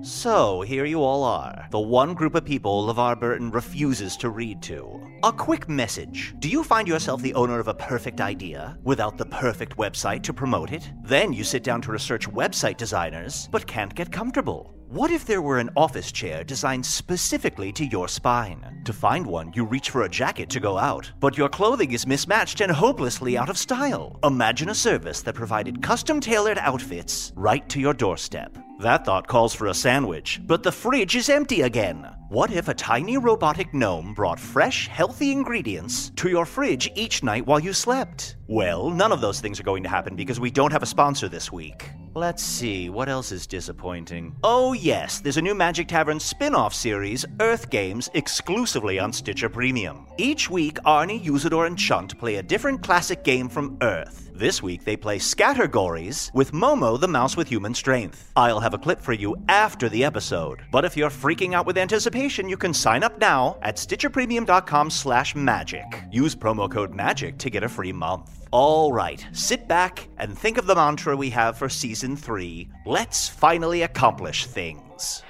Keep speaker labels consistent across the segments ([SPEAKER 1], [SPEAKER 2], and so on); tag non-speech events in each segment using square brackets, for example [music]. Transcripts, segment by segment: [SPEAKER 1] So, here you all are. The one group of people LeVar Burton refuses to read to. A quick message. Do you find yourself the owner of a perfect idea without the perfect website to promote it? Then you sit down to research website designers but can't get comfortable. What if there were an office chair designed specifically to your spine? To find one, you reach for a jacket to go out, but your clothing is mismatched and hopelessly out of style. Imagine a service that provided custom tailored outfits right to your doorstep. That thought calls for a sandwich, but the fridge is empty again. What if a tiny robotic gnome brought fresh, healthy ingredients to your fridge each night while you slept? Well, none of those things are going to happen because we don't have a sponsor this week. Let's see, what else is disappointing? Oh, yes, there's a new Magic Tavern spin off series, Earth Games, exclusively on Stitcher Premium. Each week, Arnie, Usador, and Chunt play a different classic game from Earth. This week, they play Scattergories with Momo the Mouse with Human Strength. I'll have a clip for you after the episode. But if you're freaking out with anticipation, you can sign up now at stitcherpremium.com slash magic. Use promo code MAGIC to get a free month. All right, sit back and think of the mantra we have for season three. Let's finally accomplish things.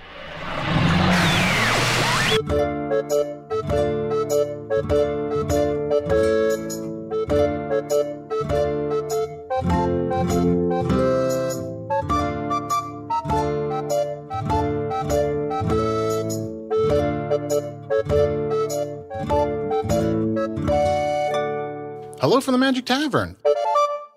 [SPEAKER 2] Hello from the Magic Tavern,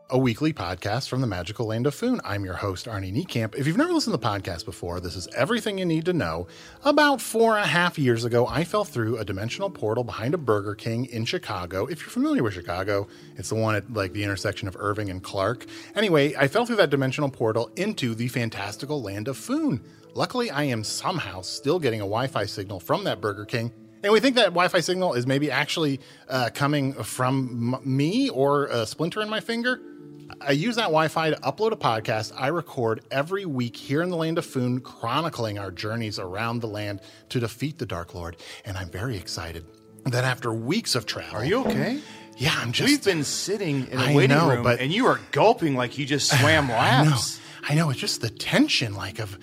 [SPEAKER 2] a weekly podcast from the magical land of Foon. I'm your host, Arnie Niekamp. If you've never listened to the podcast before, this is everything you need to know. About four and a half years ago, I fell through a dimensional portal behind a Burger King in Chicago. If you're familiar with Chicago, it's the one at like the intersection of Irving and Clark. Anyway, I fell through that dimensional portal into the fantastical land of Foon. Luckily, I am somehow still getting a Wi Fi signal from that Burger King. And we think that Wi Fi signal is maybe actually uh, coming from m- me or a splinter in my finger. I use that Wi Fi to upload a podcast I record every week here in the land of Foon, chronicling our journeys around the land to defeat the Dark Lord. And I'm very excited that after weeks of travel.
[SPEAKER 3] Are you okay?
[SPEAKER 2] Yeah, I'm just.
[SPEAKER 3] We've been sitting in a
[SPEAKER 2] I
[SPEAKER 3] waiting
[SPEAKER 2] know,
[SPEAKER 3] room,
[SPEAKER 2] but-
[SPEAKER 3] and you are gulping like you just swam
[SPEAKER 2] [sighs] I know.
[SPEAKER 3] laps.
[SPEAKER 2] I know. It's just the tension, like of,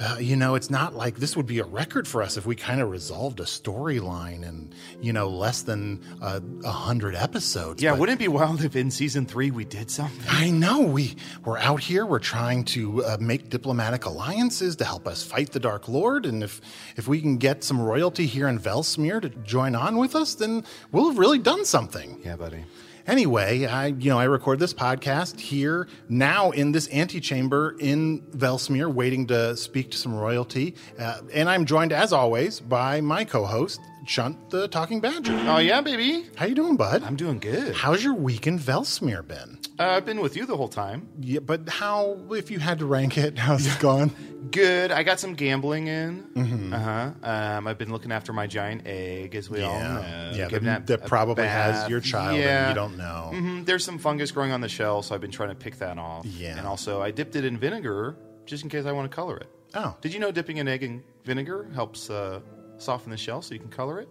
[SPEAKER 2] uh, you know, it's not like this would be a record for us if we kind of resolved a storyline in, you know, less than uh, a hundred episodes.
[SPEAKER 3] Yeah,
[SPEAKER 2] but-
[SPEAKER 3] wouldn't it be wild if in season three we did something?
[SPEAKER 2] I know. We we're out here. We're trying to uh, make diplomatic alliances to help us fight the Dark Lord. And if if we can get some royalty here in Velsmere to join on with us, then we'll have really done something.
[SPEAKER 3] Yeah, buddy.
[SPEAKER 2] Anyway, I you know I record this podcast here now in this antechamber in Velsmere, waiting to speak to some royalty, uh, and I'm joined as always by my co-host Chunt the Talking Badger.
[SPEAKER 3] Oh yeah, baby.
[SPEAKER 2] How you doing, bud?
[SPEAKER 3] I'm doing good.
[SPEAKER 2] How's your week in Velsmere been?
[SPEAKER 3] Uh, I've been with you the whole time.
[SPEAKER 2] Yeah, but how if you had to rank it? How's [laughs] it gone?
[SPEAKER 3] Good. I got some gambling in. Mm-hmm. Uh huh. Um, I've been looking after my giant egg, as we all know.
[SPEAKER 2] yeah,
[SPEAKER 3] Giving
[SPEAKER 2] Oh, that,
[SPEAKER 3] a
[SPEAKER 2] that probably has
[SPEAKER 3] bath.
[SPEAKER 2] your child, and
[SPEAKER 3] Yeah.
[SPEAKER 2] you don't know.
[SPEAKER 3] Mhm. There's some fungus growing on the shell, so I've been trying to pick that off.
[SPEAKER 2] Yeah.
[SPEAKER 3] And also, I dipped it in vinegar just in case I want to color it.
[SPEAKER 2] Oh.
[SPEAKER 3] Did you know dipping an egg in vinegar helps uh, soften the shell so you can color it?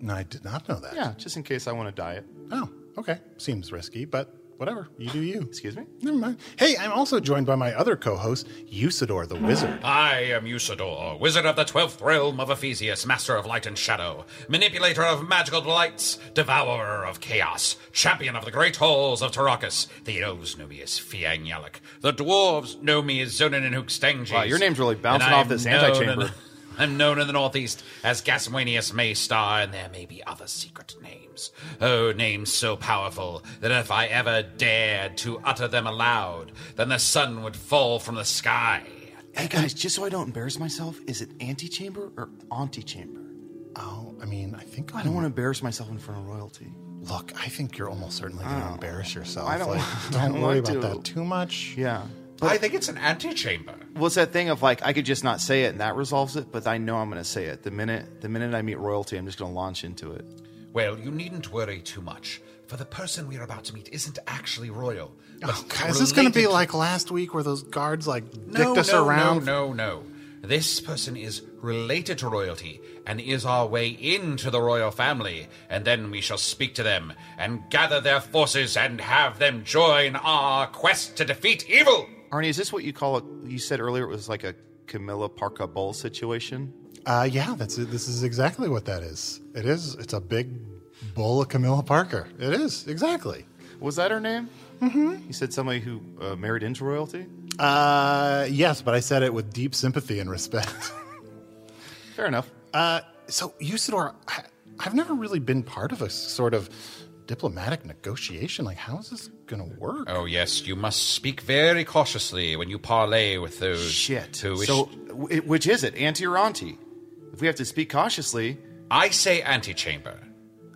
[SPEAKER 2] No, I did not know that.
[SPEAKER 3] Yeah, just in case I want to dye it.
[SPEAKER 2] Oh, okay. Seems risky, but whatever. You do [laughs] you.
[SPEAKER 3] Excuse me?
[SPEAKER 2] Never mind. Hey, I'm also joined by my other co host, Usador the
[SPEAKER 3] [gasps]
[SPEAKER 2] Wizard.
[SPEAKER 4] I am Usador, wizard of the twelfth realm of Ephesius, master of light and shadow, manipulator of magical delights, devourer of chaos, champion of the great halls of Tarakas. The elves know me as Fiang Yalak. The dwarves know me as Zonin and Hookstangis.
[SPEAKER 3] Wow, your name's really bouncing
[SPEAKER 4] And I
[SPEAKER 3] off
[SPEAKER 4] am
[SPEAKER 3] this
[SPEAKER 4] known
[SPEAKER 3] antechamber.
[SPEAKER 4] in- [laughs] I'm known in the Northeast as Gaswanius Maystar, and there may be other secret names. Oh, names so powerful that if I ever dared to utter them aloud, then the sun would fall from the sky.
[SPEAKER 3] Hey guys, just so I don't embarrass myself, is it antechamber or antechamber?
[SPEAKER 2] Oh, I mean, I think
[SPEAKER 3] I don't want to embarrass myself in front of royalty.
[SPEAKER 2] to. Look, I think you're almost certainly going to embarrass yourself.
[SPEAKER 3] Oh. I don't-
[SPEAKER 2] Like,
[SPEAKER 3] I
[SPEAKER 2] don't,
[SPEAKER 3] don't
[SPEAKER 2] worry
[SPEAKER 3] want
[SPEAKER 2] about
[SPEAKER 3] to.
[SPEAKER 2] that too much.
[SPEAKER 3] Yeah.
[SPEAKER 4] I think it's an antechamber.
[SPEAKER 3] What's that thing of like I could just not say it and that resolves it, but I know I'm gonna say it. The minute the minute I meet royalty, I'm just gonna launch into it.
[SPEAKER 4] Well, you needn't worry too much, for the person we are about to meet isn't actually royal.
[SPEAKER 2] Oh,
[SPEAKER 4] but
[SPEAKER 2] God, is this going to be
[SPEAKER 4] related-
[SPEAKER 2] like last week where those guards like dicked
[SPEAKER 4] no,
[SPEAKER 2] us
[SPEAKER 4] no,
[SPEAKER 2] around?
[SPEAKER 4] No, no, no. This person is related to royalty and is our way into the royal family, and then we shall speak to them and gather their forces and have them join our quest to defeat evil.
[SPEAKER 3] Arnie, is this what you call it? You said earlier it was like a Camilla Parker Bowl situation.
[SPEAKER 2] Uh, yeah, that's it. This is exactly what that is. It is. It's a big bowl of Camilla Parker. It is exactly.
[SPEAKER 3] Was that her name? Mm-hmm. You said somebody who uh, married into royalty.
[SPEAKER 2] Uh, yes, but I said it with deep sympathy and respect. [laughs]
[SPEAKER 3] Fair enough.
[SPEAKER 2] Uh, so, Usador, I, I've never really been part of a sort of diplomatic negotiation. Like, how is this going to work?
[SPEAKER 4] Oh, yes, you must speak very cautiously when you parley with those
[SPEAKER 3] Shit.
[SPEAKER 4] who wish.
[SPEAKER 3] So, wh- which is it, auntie or auntie? If we have to speak cautiously,
[SPEAKER 4] I say antechamber.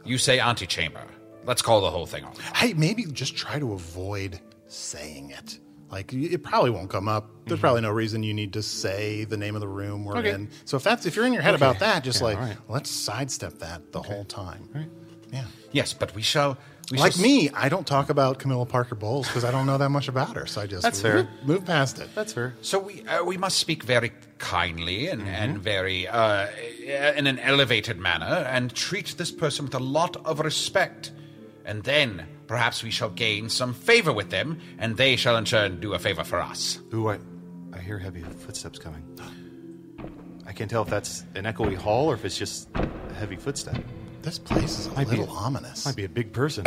[SPEAKER 4] You say antechamber. Let's call the whole thing off.
[SPEAKER 2] Hey, maybe just try to avoid saying it. Like, y- it probably won't come up. There's probably no reason you need to say the name of the room we're
[SPEAKER 3] Mm-hmm. Okay.
[SPEAKER 2] in. So if that's if you're in your head about that, just like
[SPEAKER 3] all right.
[SPEAKER 2] let's sidestep that the whole time. Yeah.
[SPEAKER 4] Yes, but we shall. We
[SPEAKER 2] Like
[SPEAKER 4] shall
[SPEAKER 2] me, I don't talk about Camilla Parker Bowles because I don't know that much about her. So I just
[SPEAKER 3] That's fair.
[SPEAKER 2] move past it.
[SPEAKER 3] that's fair.
[SPEAKER 4] So we uh, we must speak very kindly and
[SPEAKER 2] Mm-hmm.
[SPEAKER 4] and very uh, in an elevated manner and treat this person with a lot of respect, and then perhaps we shall gain some favor with them, and they shall in turn do a favor for us.
[SPEAKER 3] Ooh, I, I hear heavy footsteps coming. I can't tell if that's an echoey hall or if it's just a heavy footstep.
[SPEAKER 2] This place is a
[SPEAKER 3] be-
[SPEAKER 2] little ominous.
[SPEAKER 3] Might be a big person.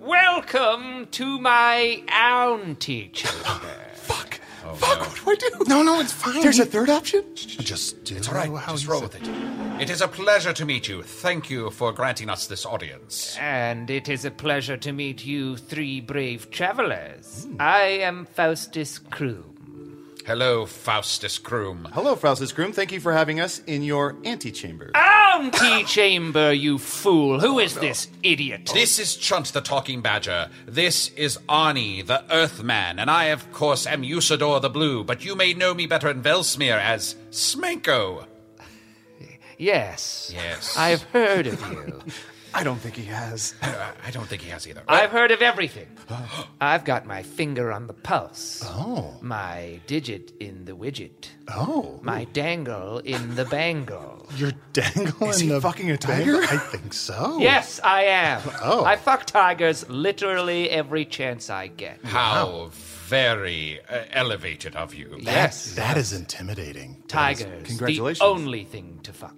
[SPEAKER 5] Welcome to my auntie
[SPEAKER 2] Fuck. Fuck. What do I do? No, no, it's fine.
[SPEAKER 3] There's a third option?
[SPEAKER 2] Just do
[SPEAKER 4] It's all right.
[SPEAKER 2] how
[SPEAKER 4] just
[SPEAKER 2] you
[SPEAKER 4] roll
[SPEAKER 2] said-
[SPEAKER 4] with it. It is a pleasure to meet you. Thank you for granting us this audience.
[SPEAKER 5] and it is a pleasure to meet you three brave travelers. I am Faustus Kroom.
[SPEAKER 4] Hello, Faustus Kroom.
[SPEAKER 3] Hello, Faustus Groom. Thank you for having us in your antechamber.
[SPEAKER 5] Auntie Chamber, you fool! Who is this idiot?
[SPEAKER 4] This is Chunt the Talking Badger. This is Arnie the Earthman. And I, of course, am Usador the Blue, but you may know me better in Velsmere as Smenko.
[SPEAKER 5] Yes.
[SPEAKER 4] Yes.
[SPEAKER 5] I've heard of you.
[SPEAKER 3] I don't think he has.
[SPEAKER 4] I I don't think he has either.
[SPEAKER 5] [laughs] I've heard of everything. I've got my finger on the pulse.
[SPEAKER 2] Oh.
[SPEAKER 5] My digit in the widget.
[SPEAKER 2] Oh.
[SPEAKER 5] My dangle in
[SPEAKER 2] [laughs]
[SPEAKER 5] the bangle.
[SPEAKER 2] You're dangling
[SPEAKER 3] Is he
[SPEAKER 2] the
[SPEAKER 3] fucking a
[SPEAKER 2] bag-
[SPEAKER 3] tiger?
[SPEAKER 2] I think so.
[SPEAKER 5] Yes, I am.
[SPEAKER 2] Oh.
[SPEAKER 5] I fuck tigers literally every chance I get.
[SPEAKER 4] How very uh, elevated of you.
[SPEAKER 5] yes.
[SPEAKER 2] That is intimidating.
[SPEAKER 5] Tigers.
[SPEAKER 3] Congratulations.
[SPEAKER 5] The only thing to fuck.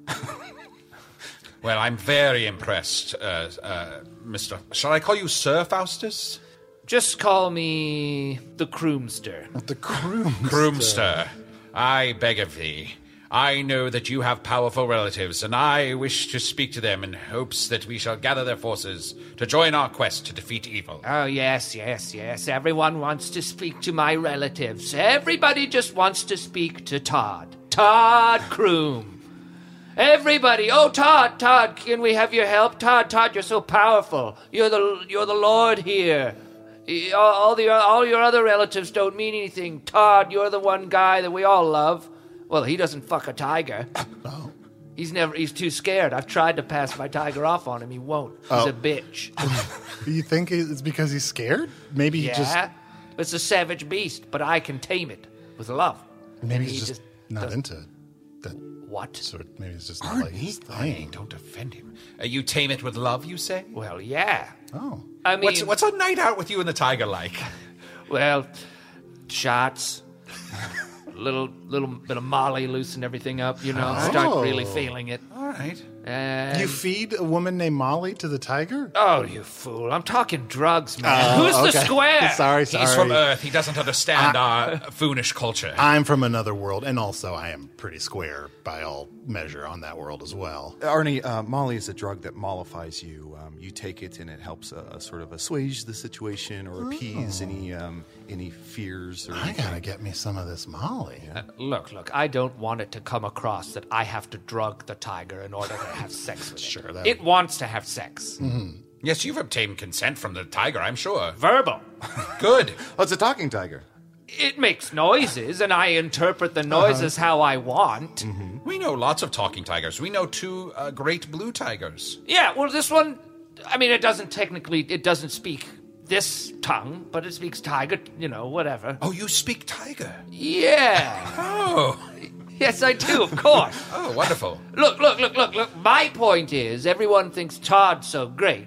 [SPEAKER 4] Well, I'm very impressed, uh, uh, Mr. Shall I call you Sir Faustus?
[SPEAKER 5] Just call me the Croomster.
[SPEAKER 2] The groom.
[SPEAKER 4] [laughs] Broomster, I beg of thee. I know that you have powerful relatives, and I wish to speak to them in hopes that we shall gather their forces to join our quest to defeat evil.
[SPEAKER 5] Oh, yes, yes, yes. Everyone wants to speak to my relatives. Everybody just wants to speak to Todd. Todd Croom. Everybody, oh Todd, Todd, can we have your help? Todd, Todd, you're so powerful. You're the you're the Lord here. Y- All, all the all your other relatives don't mean anything. Todd, you're the one guy that we all love. Well, he doesn't fuck a tiger. He's never. He's too scared. I've tried to pass my tiger off on him. He won't. He's a bitch.
[SPEAKER 2] You think it's because he's scared? Maybe he
[SPEAKER 5] Yeah.
[SPEAKER 2] just
[SPEAKER 5] It's a savage beast, but I can tame it with love.
[SPEAKER 2] Maybe he's
[SPEAKER 5] He
[SPEAKER 2] just,
[SPEAKER 5] just
[SPEAKER 2] not
[SPEAKER 5] does-
[SPEAKER 2] into that
[SPEAKER 5] What?
[SPEAKER 2] sort. Maybe he's just not like his
[SPEAKER 4] Hey,
[SPEAKER 2] thing.
[SPEAKER 4] don't offend him. Uh, you tame it with love, you say?
[SPEAKER 5] Well, yeah.
[SPEAKER 2] Oh,
[SPEAKER 5] I mean,
[SPEAKER 4] what's, what's a night out with you and the tiger like?
[SPEAKER 5] well, shots, [laughs] little little bit of Molly, loosen everything up. You know, start really feeling it.
[SPEAKER 4] All right.
[SPEAKER 5] And-
[SPEAKER 2] Oh. you feed a woman named Molly to the tiger?
[SPEAKER 5] oh, you fool! I'm talking drugs, man. Who's the
[SPEAKER 2] Oh, okay. [laughs]
[SPEAKER 5] square?
[SPEAKER 2] sorry,
[SPEAKER 4] He's
[SPEAKER 2] sorry.
[SPEAKER 4] from Earth. He doesn't understand our foonish culture.
[SPEAKER 2] I'm from another world, and also I am pretty square by all measure on that world as well.
[SPEAKER 3] Arnie, uh, Molly is a drug that mollifies you. Um, you take it, and it helps uh, uh, sort of assuage the situation or appease any
[SPEAKER 5] Oh.
[SPEAKER 3] um, any fears or [gasps]
[SPEAKER 2] I
[SPEAKER 3] anything.
[SPEAKER 2] gotta get me some of this Molly.
[SPEAKER 5] Look, look, I don't want it to come across that I have to drug the tiger in order to have sex with
[SPEAKER 2] Sure,
[SPEAKER 5] it.
[SPEAKER 2] that Mm.
[SPEAKER 5] It wants to have sex.
[SPEAKER 4] yes, you've obtained consent from the tiger, I'm sure.
[SPEAKER 5] Verbal.
[SPEAKER 4] Good.
[SPEAKER 3] Oh, it's a talking tiger.
[SPEAKER 5] It makes noises, and I interpret the noises how I want.
[SPEAKER 4] We know lots of talking tigers. We know two uh, great blue tigers.
[SPEAKER 5] Yeah, well, this one, I mean, it doesn't technically, it doesn't speak this tongue, but it speaks tiger, you know, whatever.
[SPEAKER 4] Oh, you speak tiger.
[SPEAKER 5] Yeah. [laughs]
[SPEAKER 4] Oh,
[SPEAKER 5] yes, I do, of course.
[SPEAKER 4] oh, wonderful.
[SPEAKER 5] Look, look, look, look, look. My point is, everyone thinks Todd's so great,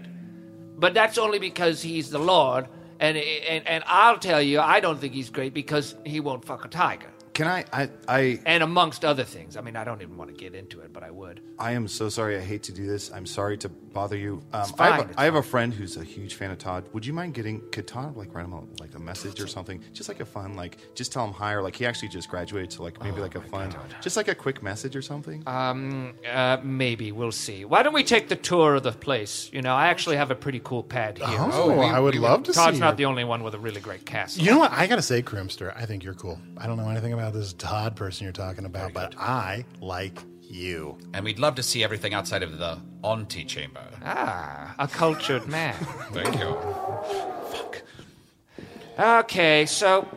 [SPEAKER 5] but that's only because he's the Lord. And, and and I'll tell you, I don't think he's great because he won't fuck a tiger,
[SPEAKER 3] Can I? I I
[SPEAKER 5] and amongst other things. I mean, I don't even want to get into it, but I would.
[SPEAKER 3] I am so sorry. I hate to do this. I'm sorry to bother you. Um,
[SPEAKER 5] It's fine,
[SPEAKER 3] I, have
[SPEAKER 5] it's
[SPEAKER 3] a, I have a friend who's a huge fan of Todd. Would you mind getting could Todd like write him a, like a message or something? Just like a fun like just tell him hi or like he actually just graduated to like maybe like a fun just like a quick message or something.
[SPEAKER 5] Oh Uh, maybe we'll see. Why don't we take the tour of the place? You know, I actually have a pretty cool pad here.
[SPEAKER 2] Oh,
[SPEAKER 4] we-
[SPEAKER 2] I would
[SPEAKER 4] we-
[SPEAKER 2] love to
[SPEAKER 5] Todd's
[SPEAKER 2] see.
[SPEAKER 5] not the
[SPEAKER 2] your-
[SPEAKER 5] only one with a really great castle.
[SPEAKER 2] you know what? I gotta say, Crimster, I think you're cool. I don't know anything about this Todd person you're talking about, but I like you.
[SPEAKER 4] And we'd love to see everything outside of the antechamber.
[SPEAKER 5] Ah, a cultured man.
[SPEAKER 4] Thank you.
[SPEAKER 5] okay, so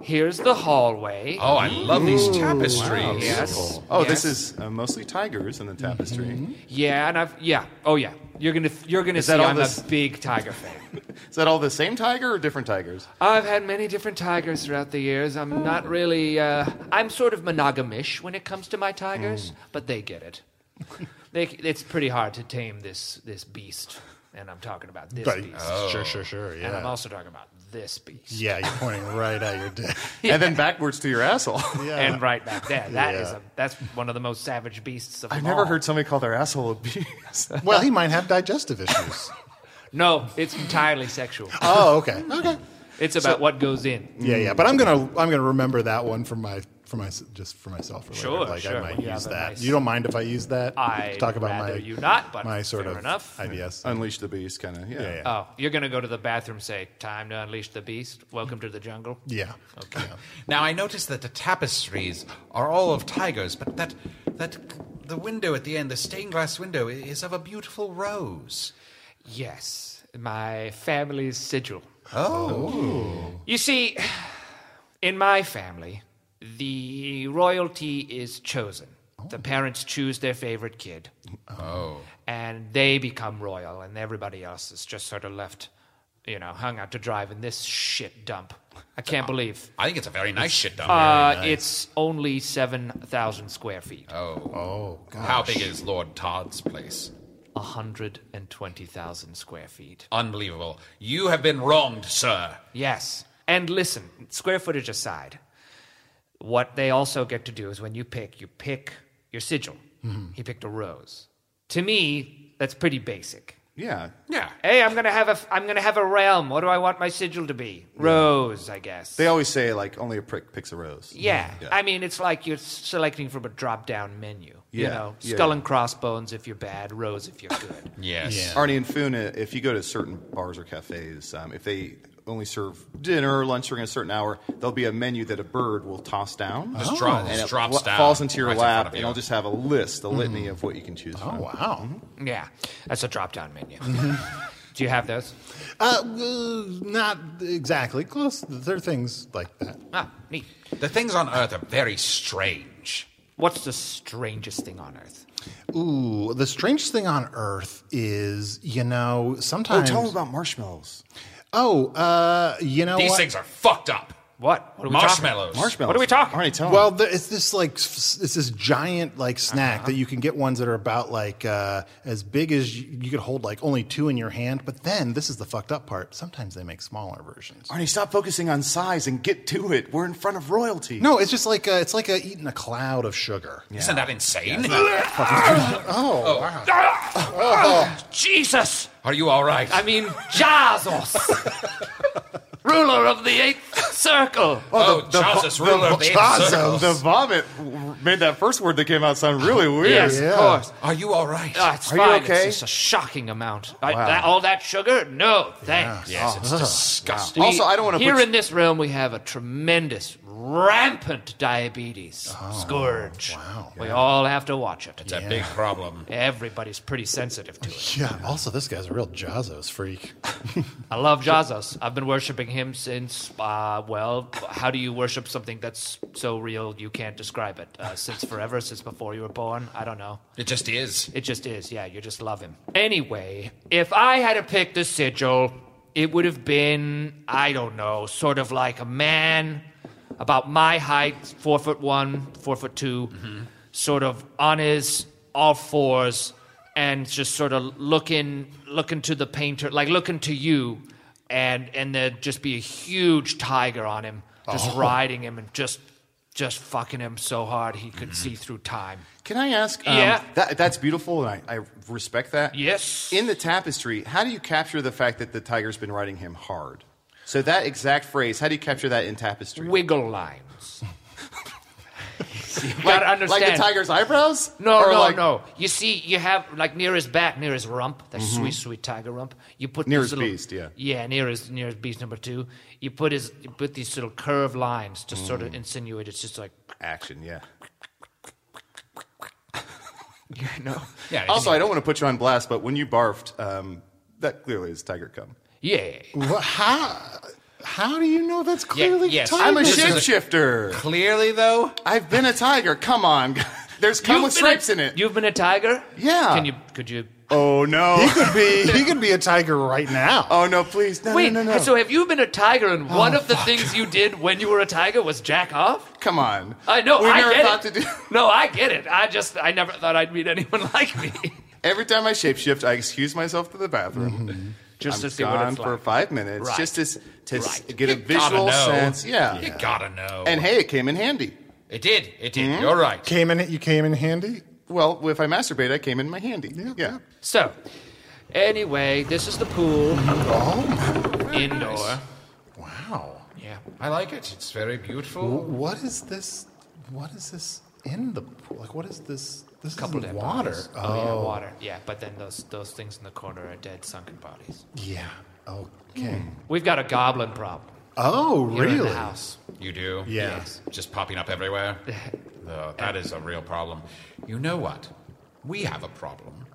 [SPEAKER 5] here's the hallway.
[SPEAKER 4] Oh, I love these tapestries.
[SPEAKER 5] yes.
[SPEAKER 3] oh,
[SPEAKER 5] yes. Mm-hmm.
[SPEAKER 3] this is uh, mostly tigers in the tapestry.
[SPEAKER 5] Yeah, and I've yeah. Oh yeah. You're gonna you're gonna
[SPEAKER 3] Is
[SPEAKER 5] see
[SPEAKER 3] that all
[SPEAKER 5] I'm
[SPEAKER 3] this-
[SPEAKER 5] a big tiger fan.
[SPEAKER 3] Is that all the same tiger or different tigers?
[SPEAKER 5] I've had many different tigers throughout the years. I'm not really uh, I'm sort of monogamish when it comes to my tigers, but they get it. they, it's pretty hard to tame this this beast, and I'm talking about this
[SPEAKER 2] But-
[SPEAKER 5] beast,
[SPEAKER 2] Sure, sure, sure.
[SPEAKER 5] Oh. and I'm
[SPEAKER 2] Oh, Yeah.
[SPEAKER 5] also talking about this
[SPEAKER 2] [laughs]
[SPEAKER 5] beast,
[SPEAKER 2] Yeah, you're pointing right at your dick.
[SPEAKER 3] And then backwards to your asshole.
[SPEAKER 2] Yeah.
[SPEAKER 5] [laughs] and right back there. That is
[SPEAKER 2] Yeah.
[SPEAKER 5] a, that's one of the most savage beasts
[SPEAKER 3] [laughs]
[SPEAKER 5] of
[SPEAKER 3] I've
[SPEAKER 5] them
[SPEAKER 3] never
[SPEAKER 5] all.
[SPEAKER 3] heard somebody call their asshole a beast. [laughs]
[SPEAKER 2] well, he might have digestive issues.
[SPEAKER 5] No, it's entirely sexual.
[SPEAKER 2] oh,
[SPEAKER 5] [laughs]
[SPEAKER 2] okay. Okay.
[SPEAKER 5] It's about what goes in.
[SPEAKER 2] Yeah, yeah. But I'm gonna I'm gonna remember that one for my for my just for myself. Or
[SPEAKER 5] Sure,
[SPEAKER 2] like I
[SPEAKER 5] sure.
[SPEAKER 2] might
[SPEAKER 5] Yeah,
[SPEAKER 2] use
[SPEAKER 5] but
[SPEAKER 2] that.
[SPEAKER 5] nice.
[SPEAKER 2] You don't mind if I use that?
[SPEAKER 5] I
[SPEAKER 2] to talk about my
[SPEAKER 5] rather you not, but
[SPEAKER 2] my sort
[SPEAKER 5] fair
[SPEAKER 2] of
[SPEAKER 5] enough.
[SPEAKER 2] IBS.
[SPEAKER 3] Unleash the beast, kind of. Yeah.
[SPEAKER 2] yeah, yeah, yeah.
[SPEAKER 5] Oh, you're gonna go to the bathroom, say, "Time to unleash the beast. Welcome to the jungle."
[SPEAKER 2] Okay.
[SPEAKER 4] Now I noticed that the tapestries are all of tigers, but that that the window at the end, the stained glass window, i- is of a beautiful rose.
[SPEAKER 5] Yes, my family's sigil.
[SPEAKER 4] Oh,
[SPEAKER 5] You see, in my family, the royalty is chosen. The parents choose their favorite kid.
[SPEAKER 4] oh,
[SPEAKER 5] and they become royal, and everybody else is just sort of left, you know, hung out to dry in this shit dump. I can't believe.
[SPEAKER 4] I think it's a Oh. very nice shit down
[SPEAKER 5] Uh, It's only 7,000 square feet.
[SPEAKER 4] here. Oh,
[SPEAKER 2] Uh,
[SPEAKER 4] oh, how big is Lord Todd's place?
[SPEAKER 5] 120,000 square feet.
[SPEAKER 4] Unbelievable! You have been wronged, sir.
[SPEAKER 5] Yes. And listen, square footage aside, what they also get to do is when you pick, you pick your sigil.
[SPEAKER 3] Mm-hmm.
[SPEAKER 5] He picked a rose. To me, that's pretty basic.
[SPEAKER 3] Yeah.
[SPEAKER 4] Yeah,
[SPEAKER 5] Hey, I'm gonna have a f- I'm gonna have a realm. What do I want my sigil to be? Rose, I guess.
[SPEAKER 3] They always say, like, only a prick picks a rose.
[SPEAKER 5] Yeah. I mean, it's like you're s- selecting from a drop down menu. You
[SPEAKER 3] Yeah,
[SPEAKER 5] know,
[SPEAKER 3] yeah.
[SPEAKER 5] skull and crossbones if you're bad, rose if you're
[SPEAKER 3] [laughs]
[SPEAKER 5] good.
[SPEAKER 4] yes.
[SPEAKER 2] Yeah.
[SPEAKER 3] Arnie and Funa, if you go to certain bars or cafes, um, if they only serve dinner or lunch during a certain hour, there'll be a menu that a bird will toss down.
[SPEAKER 4] Just drop- just
[SPEAKER 3] and it
[SPEAKER 4] drops
[SPEAKER 3] fl-
[SPEAKER 4] down
[SPEAKER 3] Oh. falls into your
[SPEAKER 4] right in front
[SPEAKER 3] lap,
[SPEAKER 4] of
[SPEAKER 3] and
[SPEAKER 4] you.
[SPEAKER 3] it'll just have a list, a litany of what you can choose
[SPEAKER 2] Oh
[SPEAKER 3] from.
[SPEAKER 2] wow.
[SPEAKER 5] yeah, that's a drop down menu.
[SPEAKER 3] Mm-hmm.
[SPEAKER 5] Do you have those?
[SPEAKER 2] Uh, w- not exactly. Close. There are things like that.
[SPEAKER 5] Ah, neat.
[SPEAKER 4] The things on Earth are very strange.
[SPEAKER 5] What's the strangest thing on earth?
[SPEAKER 2] Ooh,
[SPEAKER 6] Oh,
[SPEAKER 2] the strangest thing on Earth is you know sometimes.
[SPEAKER 3] about marshmallows.
[SPEAKER 2] Oh, uh, you know
[SPEAKER 6] These
[SPEAKER 2] what?
[SPEAKER 6] things are fucked up.
[SPEAKER 5] What? what are we talking-
[SPEAKER 6] Marshmallows.
[SPEAKER 3] Marshmallows.
[SPEAKER 5] What are we talking?
[SPEAKER 3] Arnie, tell
[SPEAKER 2] Well, the, it's this like s- it's this giant like snack
[SPEAKER 6] Uh-huh.
[SPEAKER 2] that you can get ones that are about like uh, as big as you, you could hold like only two in your hand. But then this is the fucked up part. Sometimes they make smaller versions.
[SPEAKER 3] Arnie, stop focusing on size and get to it. We're in front of royalty.
[SPEAKER 2] No, it's just like uh it's like uh eating a cloud of sugar.
[SPEAKER 6] Isn't that insane?
[SPEAKER 5] Ah! Jesus!
[SPEAKER 6] Are you all right?
[SPEAKER 5] I mean, Jazos! Ruler of the eighth circle!
[SPEAKER 6] oh, Chazos, ruler of the eight circles.
[SPEAKER 3] The vomit made that first word that came out sound really weird.
[SPEAKER 5] yes,
[SPEAKER 2] yeah.
[SPEAKER 5] of course.
[SPEAKER 6] Are you all right?
[SPEAKER 5] Ah, it's
[SPEAKER 3] Are you
[SPEAKER 5] fine.
[SPEAKER 3] okay?
[SPEAKER 5] It's just a shocking amount. I, that, all that sugar? No, thanks. Ah.
[SPEAKER 6] yes, it's disgusting.
[SPEAKER 3] Also, I don't want to
[SPEAKER 5] Here
[SPEAKER 3] put
[SPEAKER 5] in this room, we have a tremendous, rampant diabetes scourge. Wow. We all have to watch it.
[SPEAKER 6] It's a big problem.
[SPEAKER 5] Everybody's pretty sensitive to it.
[SPEAKER 2] Yeah. Also, this guy's a real Jazos freak.
[SPEAKER 5] I love Jazos. I've been worshiping him since, uh, well, how do you worship something that's so real you can't describe it? Uh, since forever, since before you were born? I don't know.
[SPEAKER 6] It just is.
[SPEAKER 5] It just is. Yeah, you just love him. Anyway, if I had to pick the sigil, it would have been, I don't know, sort of like a man about my height, four foot one, four foot 2 sort of on his all fours and just sort of looking looking to the painter, like looking to you, and and there'd just be a huge tiger on him, just riding him and just just fucking him so hard he could see through time.
[SPEAKER 3] Can I ask? Um,
[SPEAKER 5] Yeah.
[SPEAKER 3] that, that's beautiful, and I, I respect that.
[SPEAKER 5] Yes.
[SPEAKER 3] In the tapestry, how do you capture the fact that the tiger's been riding him hard? So that exact phrase, how do you capture that in tapestry?
[SPEAKER 5] Wiggle
[SPEAKER 3] [laughs]
[SPEAKER 5] lines.
[SPEAKER 3] like,
[SPEAKER 5] gotta
[SPEAKER 3] like the
[SPEAKER 5] understand.
[SPEAKER 3] tiger's eyebrows?
[SPEAKER 5] No,
[SPEAKER 3] Or
[SPEAKER 5] no,
[SPEAKER 3] like-
[SPEAKER 5] no. You see, you have like near his back, near his rump, that sweet, sweet tiger rump. You put
[SPEAKER 3] Mm-hmm. Near
[SPEAKER 5] these
[SPEAKER 3] his
[SPEAKER 5] little-
[SPEAKER 3] beast, yeah.
[SPEAKER 5] yeah, near his near his beast number two. You put his you put these little curved lines to sort
[SPEAKER 3] Mm.
[SPEAKER 5] of insinuate
[SPEAKER 3] [laughs]
[SPEAKER 5] it's just like
[SPEAKER 3] Action, yeah.
[SPEAKER 5] you know,
[SPEAKER 6] Yeah. it's-
[SPEAKER 3] Also, I don't want to put you on blast, but when you barfed, um, that clearly is tiger cum.
[SPEAKER 5] [laughs] yeah.
[SPEAKER 2] Wha- how? How do you know that's clearly
[SPEAKER 6] yes.
[SPEAKER 2] tiger?
[SPEAKER 3] I'm a
[SPEAKER 6] This is a-
[SPEAKER 3] shapeshifter.
[SPEAKER 6] clearly though,
[SPEAKER 3] I've been a tiger. Come on. [laughs] There's cum
[SPEAKER 5] You've
[SPEAKER 3] with
[SPEAKER 5] been
[SPEAKER 3] stripes
[SPEAKER 5] a,
[SPEAKER 3] in it.
[SPEAKER 5] You've been a tiger.
[SPEAKER 3] Yeah.
[SPEAKER 5] Can you? Could you?
[SPEAKER 3] oh, no.
[SPEAKER 2] He could
[SPEAKER 3] [laughs]
[SPEAKER 2] be. He could be a tiger right now.
[SPEAKER 3] Oh, no, please. No,
[SPEAKER 5] Wait.
[SPEAKER 3] no, no, Oh, no.
[SPEAKER 5] So have you been a tiger? And one of the things you did when you were a tiger was jack off.
[SPEAKER 3] Come on.
[SPEAKER 5] I know.
[SPEAKER 3] We
[SPEAKER 5] I
[SPEAKER 3] never
[SPEAKER 5] get
[SPEAKER 3] thought
[SPEAKER 5] it.
[SPEAKER 3] to do. [laughs]
[SPEAKER 5] No, I get it. I just I never thought I'd meet anyone [laughs] like me.
[SPEAKER 3] Every time I shapeshift, I excuse myself to the bathroom.
[SPEAKER 5] just
[SPEAKER 3] I'm
[SPEAKER 5] to see
[SPEAKER 3] gone
[SPEAKER 5] what it's
[SPEAKER 3] for
[SPEAKER 5] like.
[SPEAKER 3] five minutes,
[SPEAKER 5] Right.
[SPEAKER 3] just to, s- to s-
[SPEAKER 5] Right.
[SPEAKER 3] get a
[SPEAKER 6] You gotta
[SPEAKER 3] visual
[SPEAKER 6] know.
[SPEAKER 3] sense. Yeah.
[SPEAKER 6] you gotta know.
[SPEAKER 3] And hey, it came in handy.
[SPEAKER 6] it did. It did. You're right.
[SPEAKER 2] Came in. You came in handy.
[SPEAKER 3] Well, if I masturbate, I came in my handy. Yeah.
[SPEAKER 5] So, anyway, this is the pool.
[SPEAKER 2] Oh
[SPEAKER 5] Indoor.
[SPEAKER 2] Wow.
[SPEAKER 5] Yeah.
[SPEAKER 6] I like it. It's very beautiful.
[SPEAKER 2] What is this? What is this in the pool? Like, what is this? This
[SPEAKER 5] Couple
[SPEAKER 2] is
[SPEAKER 5] dead
[SPEAKER 2] water.
[SPEAKER 5] bodies.
[SPEAKER 2] Oh,
[SPEAKER 5] yeah, water. Yeah, but then those those things in the corner are dead, sunken bodies.
[SPEAKER 2] yeah. Okay.
[SPEAKER 5] We've got a goblin problem
[SPEAKER 2] Oh,
[SPEAKER 5] here in
[SPEAKER 2] really?
[SPEAKER 5] the house.
[SPEAKER 6] You do.
[SPEAKER 2] Yeah.
[SPEAKER 6] Just popping up everywhere. [laughs] Uh, that is a real problem. You know what? We have a problem.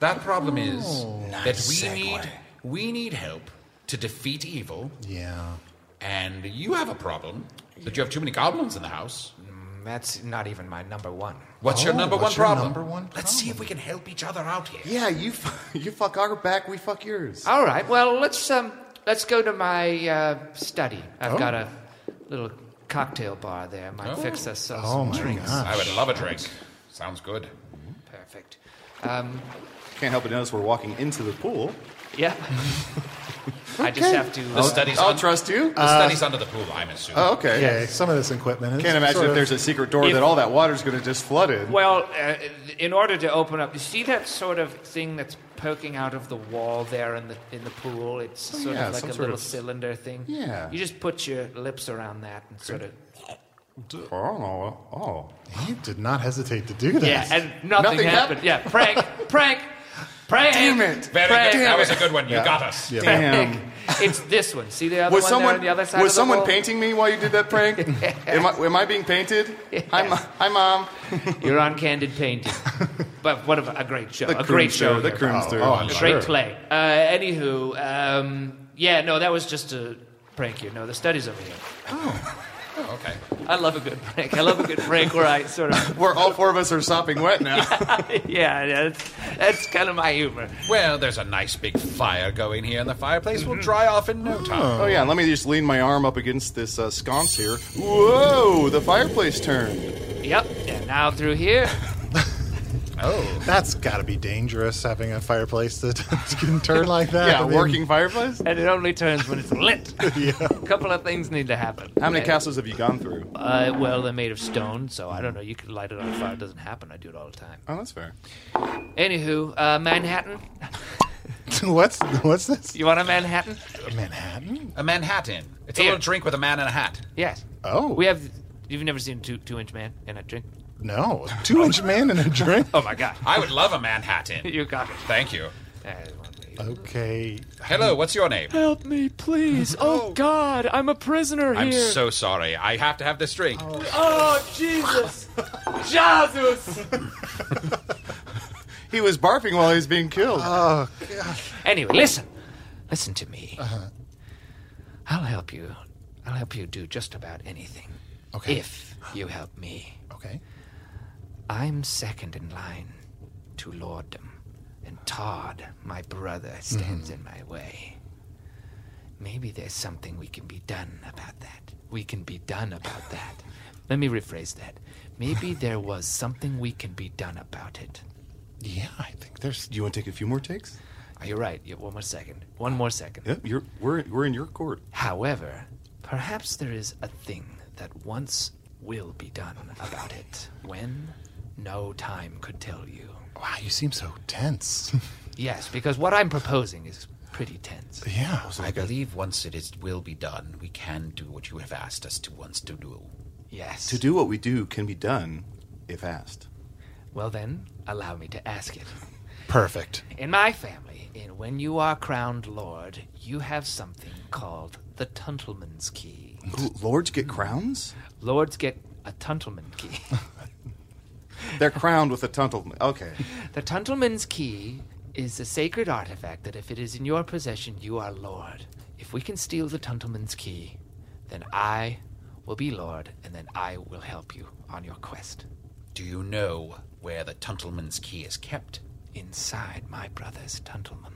[SPEAKER 6] That problem is
[SPEAKER 2] Oh.
[SPEAKER 6] that we need we need help to defeat evil,
[SPEAKER 2] Yeah.
[SPEAKER 6] and you have a problem that you have too many goblins in the house.
[SPEAKER 5] Mm, That's not even my number one.
[SPEAKER 6] What's your
[SPEAKER 2] Oh,
[SPEAKER 6] number one
[SPEAKER 2] what's your
[SPEAKER 6] problem?
[SPEAKER 2] number one
[SPEAKER 6] Let's see if we can help each other out here.
[SPEAKER 3] Yeah, you, f- [laughs] you fuck our back, we fuck yours.
[SPEAKER 5] All right. Well, let's um let's go to my uh, study. I've got a little cocktail bar there. Might fix us uh, some drinks.
[SPEAKER 6] I would love a drink. Sounds good.
[SPEAKER 5] Perfect. Um,
[SPEAKER 3] Can't help but notice we're walking into the pool.
[SPEAKER 5] yeah. I just have to.
[SPEAKER 6] The studies.
[SPEAKER 3] I'll
[SPEAKER 6] un-
[SPEAKER 3] trust you.
[SPEAKER 6] the studies under the pool. I'm assuming.
[SPEAKER 3] oh, okay.
[SPEAKER 2] Okay. Some of this equipment. Is
[SPEAKER 3] Can't imagine
[SPEAKER 2] sort
[SPEAKER 3] if
[SPEAKER 2] of-
[SPEAKER 3] there's a secret door
[SPEAKER 5] If-
[SPEAKER 3] that all that water's going to just flood in.
[SPEAKER 5] Well, uh, in order to open up, you see that sort of thing that's poking out of the wall there in the in the pool. It's
[SPEAKER 3] Oh,
[SPEAKER 5] sort
[SPEAKER 3] yeah,
[SPEAKER 5] of like a
[SPEAKER 3] some sort
[SPEAKER 5] little
[SPEAKER 3] of-
[SPEAKER 5] cylinder thing.
[SPEAKER 3] Yeah.
[SPEAKER 5] You just put your lips around that and sort of
[SPEAKER 3] Oh, oh.
[SPEAKER 2] He did not hesitate to do that.
[SPEAKER 5] yeah, and nothing,
[SPEAKER 3] Nothing
[SPEAKER 5] happened.
[SPEAKER 3] happened.
[SPEAKER 5] Yeah, prank, prank, prank.
[SPEAKER 3] Damn it.
[SPEAKER 6] Very
[SPEAKER 5] prank.
[SPEAKER 6] good. That was a good one. You got us.
[SPEAKER 2] Yeah.
[SPEAKER 3] Damn.
[SPEAKER 5] It's this one. See the other
[SPEAKER 3] Was
[SPEAKER 5] one
[SPEAKER 3] someone
[SPEAKER 5] there on the other side
[SPEAKER 3] was
[SPEAKER 5] of the
[SPEAKER 3] someone
[SPEAKER 5] wall?
[SPEAKER 3] painting me while you did that
[SPEAKER 5] [laughs]
[SPEAKER 3] prank? am, I, am I being painted? Hi, Mo- hi, mom.
[SPEAKER 5] You're on
[SPEAKER 3] [laughs]
[SPEAKER 5] candid painting. but what a, a great show!
[SPEAKER 3] The
[SPEAKER 5] a great
[SPEAKER 3] Croomster,
[SPEAKER 5] show.
[SPEAKER 3] The
[SPEAKER 5] here.
[SPEAKER 3] Croomster.
[SPEAKER 2] Oh, I'm
[SPEAKER 5] Great
[SPEAKER 2] sure.
[SPEAKER 5] play. Uh, anywho, um, yeah, no, that was just a prank you. No, the study's over here.
[SPEAKER 6] Oh, okay.
[SPEAKER 5] I love a good prank. I love a good prank where I sort of, [laughs]
[SPEAKER 3] Where all four of us are sopping wet now.
[SPEAKER 5] yeah, yeah, that's, that's kind of my humor.
[SPEAKER 6] Well, there's a nice big fire going here, and the fireplace will
[SPEAKER 4] Hmm.
[SPEAKER 6] dry off in no time.
[SPEAKER 3] Oh yeah, let me just lean my arm up against this uh, sconce here. Whoa, the fireplace turned.
[SPEAKER 5] Yep, and now through here.
[SPEAKER 6] Oh,
[SPEAKER 2] That's got to be dangerous having a fireplace that [laughs] can turn like that.
[SPEAKER 3] Yeah,
[SPEAKER 2] I
[SPEAKER 3] a
[SPEAKER 2] mean,
[SPEAKER 3] working fireplace.
[SPEAKER 5] And it only turns when
[SPEAKER 2] [laughs]
[SPEAKER 5] it's lit. A couple of things need to happen.
[SPEAKER 3] How many
[SPEAKER 5] Uh,
[SPEAKER 3] castles have you gone through?
[SPEAKER 5] Uh, well, they're made of stone, so I don't know. You could light it on fire. It doesn't happen. I do it all the time.
[SPEAKER 3] Oh, that's fair.
[SPEAKER 5] Anywho, uh, Manhattan.
[SPEAKER 2] [laughs] what's what's this?
[SPEAKER 5] You want a Manhattan?
[SPEAKER 2] Manhattan?
[SPEAKER 6] a Manhattan. It's a
[SPEAKER 5] Here.
[SPEAKER 6] little drink with a man in a hat.
[SPEAKER 5] Yes.
[SPEAKER 2] Oh,
[SPEAKER 5] We have. You've never seen two two inch man in a drink?
[SPEAKER 2] no two inch man
[SPEAKER 3] [laughs]
[SPEAKER 2] and a drink.
[SPEAKER 5] Oh my [laughs] god!
[SPEAKER 6] I would love a Manhattan.
[SPEAKER 5] You got it. Uh,
[SPEAKER 6] Thank you.
[SPEAKER 5] [laughs] That is one way.
[SPEAKER 2] Okay,
[SPEAKER 6] Hello, what's your name?
[SPEAKER 7] Help me, please. Oh, God, I'm a prisoner
[SPEAKER 6] I'm
[SPEAKER 7] here.
[SPEAKER 6] so sorry. I have to have this drink.
[SPEAKER 7] oh,
[SPEAKER 5] [laughs]
[SPEAKER 7] Jesus. Jesus.
[SPEAKER 3] He was barfing while he was being killed.
[SPEAKER 5] Anyway, listen. Listen to me.
[SPEAKER 2] Uh-huh.
[SPEAKER 5] I'll help you. I'll help you do just about anything.
[SPEAKER 2] Okay.
[SPEAKER 5] If you help me.
[SPEAKER 2] okay.
[SPEAKER 5] I'm second in line to lorddom, and Todd, my brother, stands
[SPEAKER 2] Mm-hmm.
[SPEAKER 5] in my way. Maybe there's something we can be done about that. We can be done about that.
[SPEAKER 2] [laughs]
[SPEAKER 5] Let me rephrase that. Maybe there was something we can be done about it.
[SPEAKER 2] Yeah, I think there's.
[SPEAKER 3] Do you want to take a few more takes?
[SPEAKER 5] Are you right? Yeah, one more second. One more second.
[SPEAKER 3] Yep, you're we're we're in your court.
[SPEAKER 5] However, perhaps there is a thing that once will be done about it. When? No time could tell you.
[SPEAKER 2] Wow, you seem so tense.
[SPEAKER 5] Yes, because what I'm proposing is pretty tense.
[SPEAKER 2] yeah.
[SPEAKER 6] I believe once it is will be done, we can do what you have asked us to once to do.
[SPEAKER 5] Yes.
[SPEAKER 3] To do what we do can be done if asked.
[SPEAKER 5] Well, then, allow me to ask it.
[SPEAKER 2] Perfect.
[SPEAKER 5] In my family, in when you are crowned lord, you have something called the Tuntleman's Key.
[SPEAKER 3] Ooh, lords get crowns.
[SPEAKER 5] Lords get a Tuntleman Key. [laughs]
[SPEAKER 3] They're crowned with a tuntle. Okay.
[SPEAKER 5] The Tuntleman's Key is a sacred artifact that if it is in your possession, you are Lord. If we can steal the Tuntleman's Key, then I will be Lord, and then I will help you on your quest.
[SPEAKER 6] Do you know where the Tuntleman's key is kept?
[SPEAKER 5] Inside my brother's Tuntleman.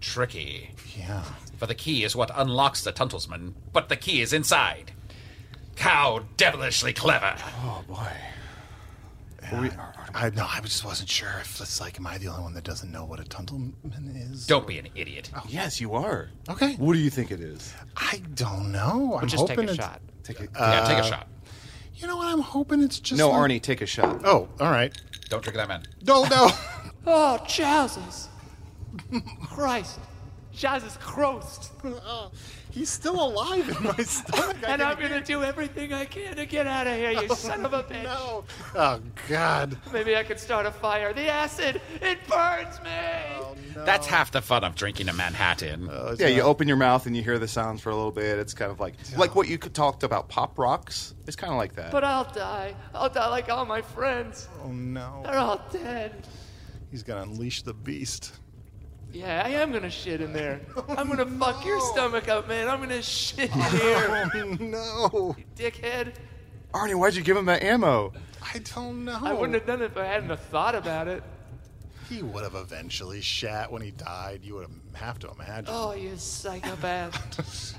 [SPEAKER 6] Tricky.
[SPEAKER 2] Yeah.
[SPEAKER 6] For the key is what unlocks the Tuntlesman, but the key is inside. How devilishly clever!
[SPEAKER 2] I no, I just wasn't sure if it's like, am I the only one that doesn't know what a tuntleman is?
[SPEAKER 6] Don't be an idiot.
[SPEAKER 3] Yes, you are.
[SPEAKER 2] Okay.
[SPEAKER 3] What do you think it is?
[SPEAKER 2] I don't know. I'm
[SPEAKER 5] Just take
[SPEAKER 2] hoping
[SPEAKER 5] a
[SPEAKER 2] it's- uh,
[SPEAKER 5] shot.
[SPEAKER 3] Take a,
[SPEAKER 6] yeah, take a shot.
[SPEAKER 2] You know what? I'm hoping it's just
[SPEAKER 3] no,
[SPEAKER 2] like-
[SPEAKER 3] Arnie, take a shot.
[SPEAKER 2] Oh, all right.
[SPEAKER 6] Don't drink that man.
[SPEAKER 2] No, no. [laughs]
[SPEAKER 7] Oh, Jesus. Christ. Jesus Christ.
[SPEAKER 2] He's still alive in my
[SPEAKER 3] [laughs]
[SPEAKER 2] stomach. I
[SPEAKER 7] And
[SPEAKER 2] can-
[SPEAKER 7] I'm going to do everything I can to get out of here,
[SPEAKER 2] [laughs]
[SPEAKER 7] you son of a bitch.
[SPEAKER 2] Oh, No. Oh God.
[SPEAKER 7] Maybe I could start a fire. The acid, it burns me.
[SPEAKER 6] That's half the fun of drinking a Manhattan.
[SPEAKER 2] Oh,
[SPEAKER 3] Yeah, you open your mouth and you hear the sounds for a little bit. It's kind of like like what you could- talked about pop rocks. It's kind of like that.
[SPEAKER 7] But I'll die. I'll die like all my friends.
[SPEAKER 2] Oh no.
[SPEAKER 7] They're all dead.
[SPEAKER 2] He's gonna unleash the beast.
[SPEAKER 7] Yeah, I am gonna shit in there. I'm gonna fuck your stomach up, man. I'm gonna shit in here,
[SPEAKER 2] [laughs] No.
[SPEAKER 7] dickhead.
[SPEAKER 3] Arnie, why'd you give him that ammo?
[SPEAKER 2] I don't know.
[SPEAKER 7] I wouldn't have done it if I hadn't have thought about it.
[SPEAKER 2] He would have eventually shat when he died. You would have, have to imagine.
[SPEAKER 7] Oh, you psychopath.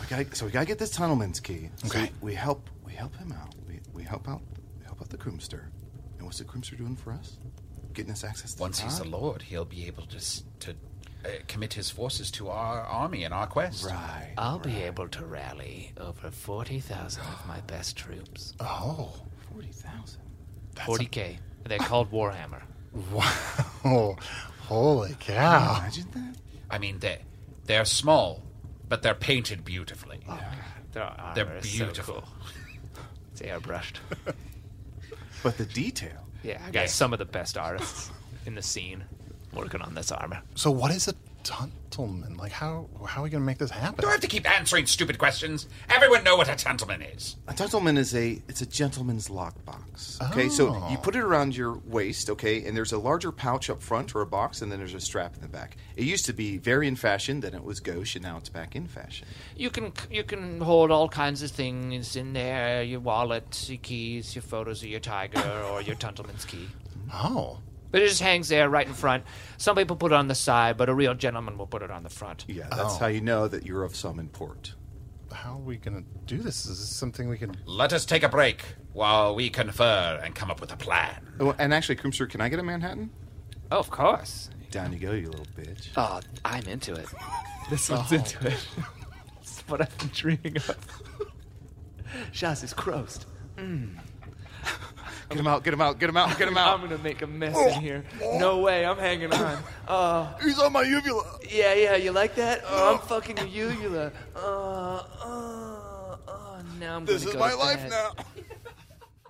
[SPEAKER 3] We gotta, so we gotta get this tunnelman's key. So
[SPEAKER 2] Okay.
[SPEAKER 3] we, we help we help him out. We, we help out we help out the Croomster. And what's the Croomster doing for us? Getting us access to
[SPEAKER 6] Once he's the
[SPEAKER 3] Todd?
[SPEAKER 6] Lord, he'll be able to s- to uh, commit his forces to our army and our quest.
[SPEAKER 3] Right.
[SPEAKER 5] [laughs] I'll be able to rally over 40,000 of my best troops.
[SPEAKER 2] Oh.
[SPEAKER 3] Forty thousand.
[SPEAKER 5] 40K. They're called Warhammer.
[SPEAKER 2] Wow. Oh, Holy cow.
[SPEAKER 3] Imagine that.
[SPEAKER 6] I mean, they they're small, but they're painted beautifully.
[SPEAKER 5] Their armor
[SPEAKER 6] They're
[SPEAKER 5] Oh, is so
[SPEAKER 6] beautiful.
[SPEAKER 5] cool. It's airbrushed.
[SPEAKER 3] But the detail.
[SPEAKER 5] Yeah, I got some of the best artists in the scene working on this armor.
[SPEAKER 2] So what is a Tuntleman? Like, how how are we going to make this happen?
[SPEAKER 6] Do I have to keep answering stupid questions? Everyone know what a gentleman is.
[SPEAKER 3] A gentleman is a it's a gentleman's lockbox. Okay, so you put it around your waist, okay, and there's a larger pouch up front or a box, and then there's a strap in the back. It used to be very in fashion, then it was gauche, and now it's back in fashion.
[SPEAKER 5] You can you can hold all kinds of things in there: your wallet, your keys, your photos of
[SPEAKER 3] [laughs]
[SPEAKER 5] your tiger, or your Tuntleman's key.
[SPEAKER 2] Oh,
[SPEAKER 5] But it just hangs there, right in front. Some people put it on the side, but a real gentleman will put it on the front.
[SPEAKER 3] Yeah, that's how you know that you're of some import.
[SPEAKER 2] how are we going to do this? Is this something we can?
[SPEAKER 6] Let us take a break while we confer and come up with a plan.
[SPEAKER 3] Oh, and actually, Coomster, can I get a Manhattan?
[SPEAKER 5] Oh, of course.
[SPEAKER 3] Down you go, you little bitch.
[SPEAKER 5] Oh, I'm into it.
[SPEAKER 7] This one's into it. [laughs] it's what I've been dreaming of. [laughs] Shaz is crossed.
[SPEAKER 3] Get him out! Get him out! Get him out! Get
[SPEAKER 7] [laughs]
[SPEAKER 3] him
[SPEAKER 7] I'm
[SPEAKER 3] out!
[SPEAKER 7] gonna make a mess in here. No way, I'm hanging on. Oh,
[SPEAKER 3] He's on my uvula.
[SPEAKER 7] yeah, yeah, you like that? Oh, [laughs] I'm fucking your uvula.
[SPEAKER 5] uh,
[SPEAKER 7] Oh, oh, oh, now I'm
[SPEAKER 3] This
[SPEAKER 7] gonna
[SPEAKER 3] is
[SPEAKER 7] go
[SPEAKER 3] my
[SPEAKER 7] to
[SPEAKER 3] life
[SPEAKER 7] bed.
[SPEAKER 3] now.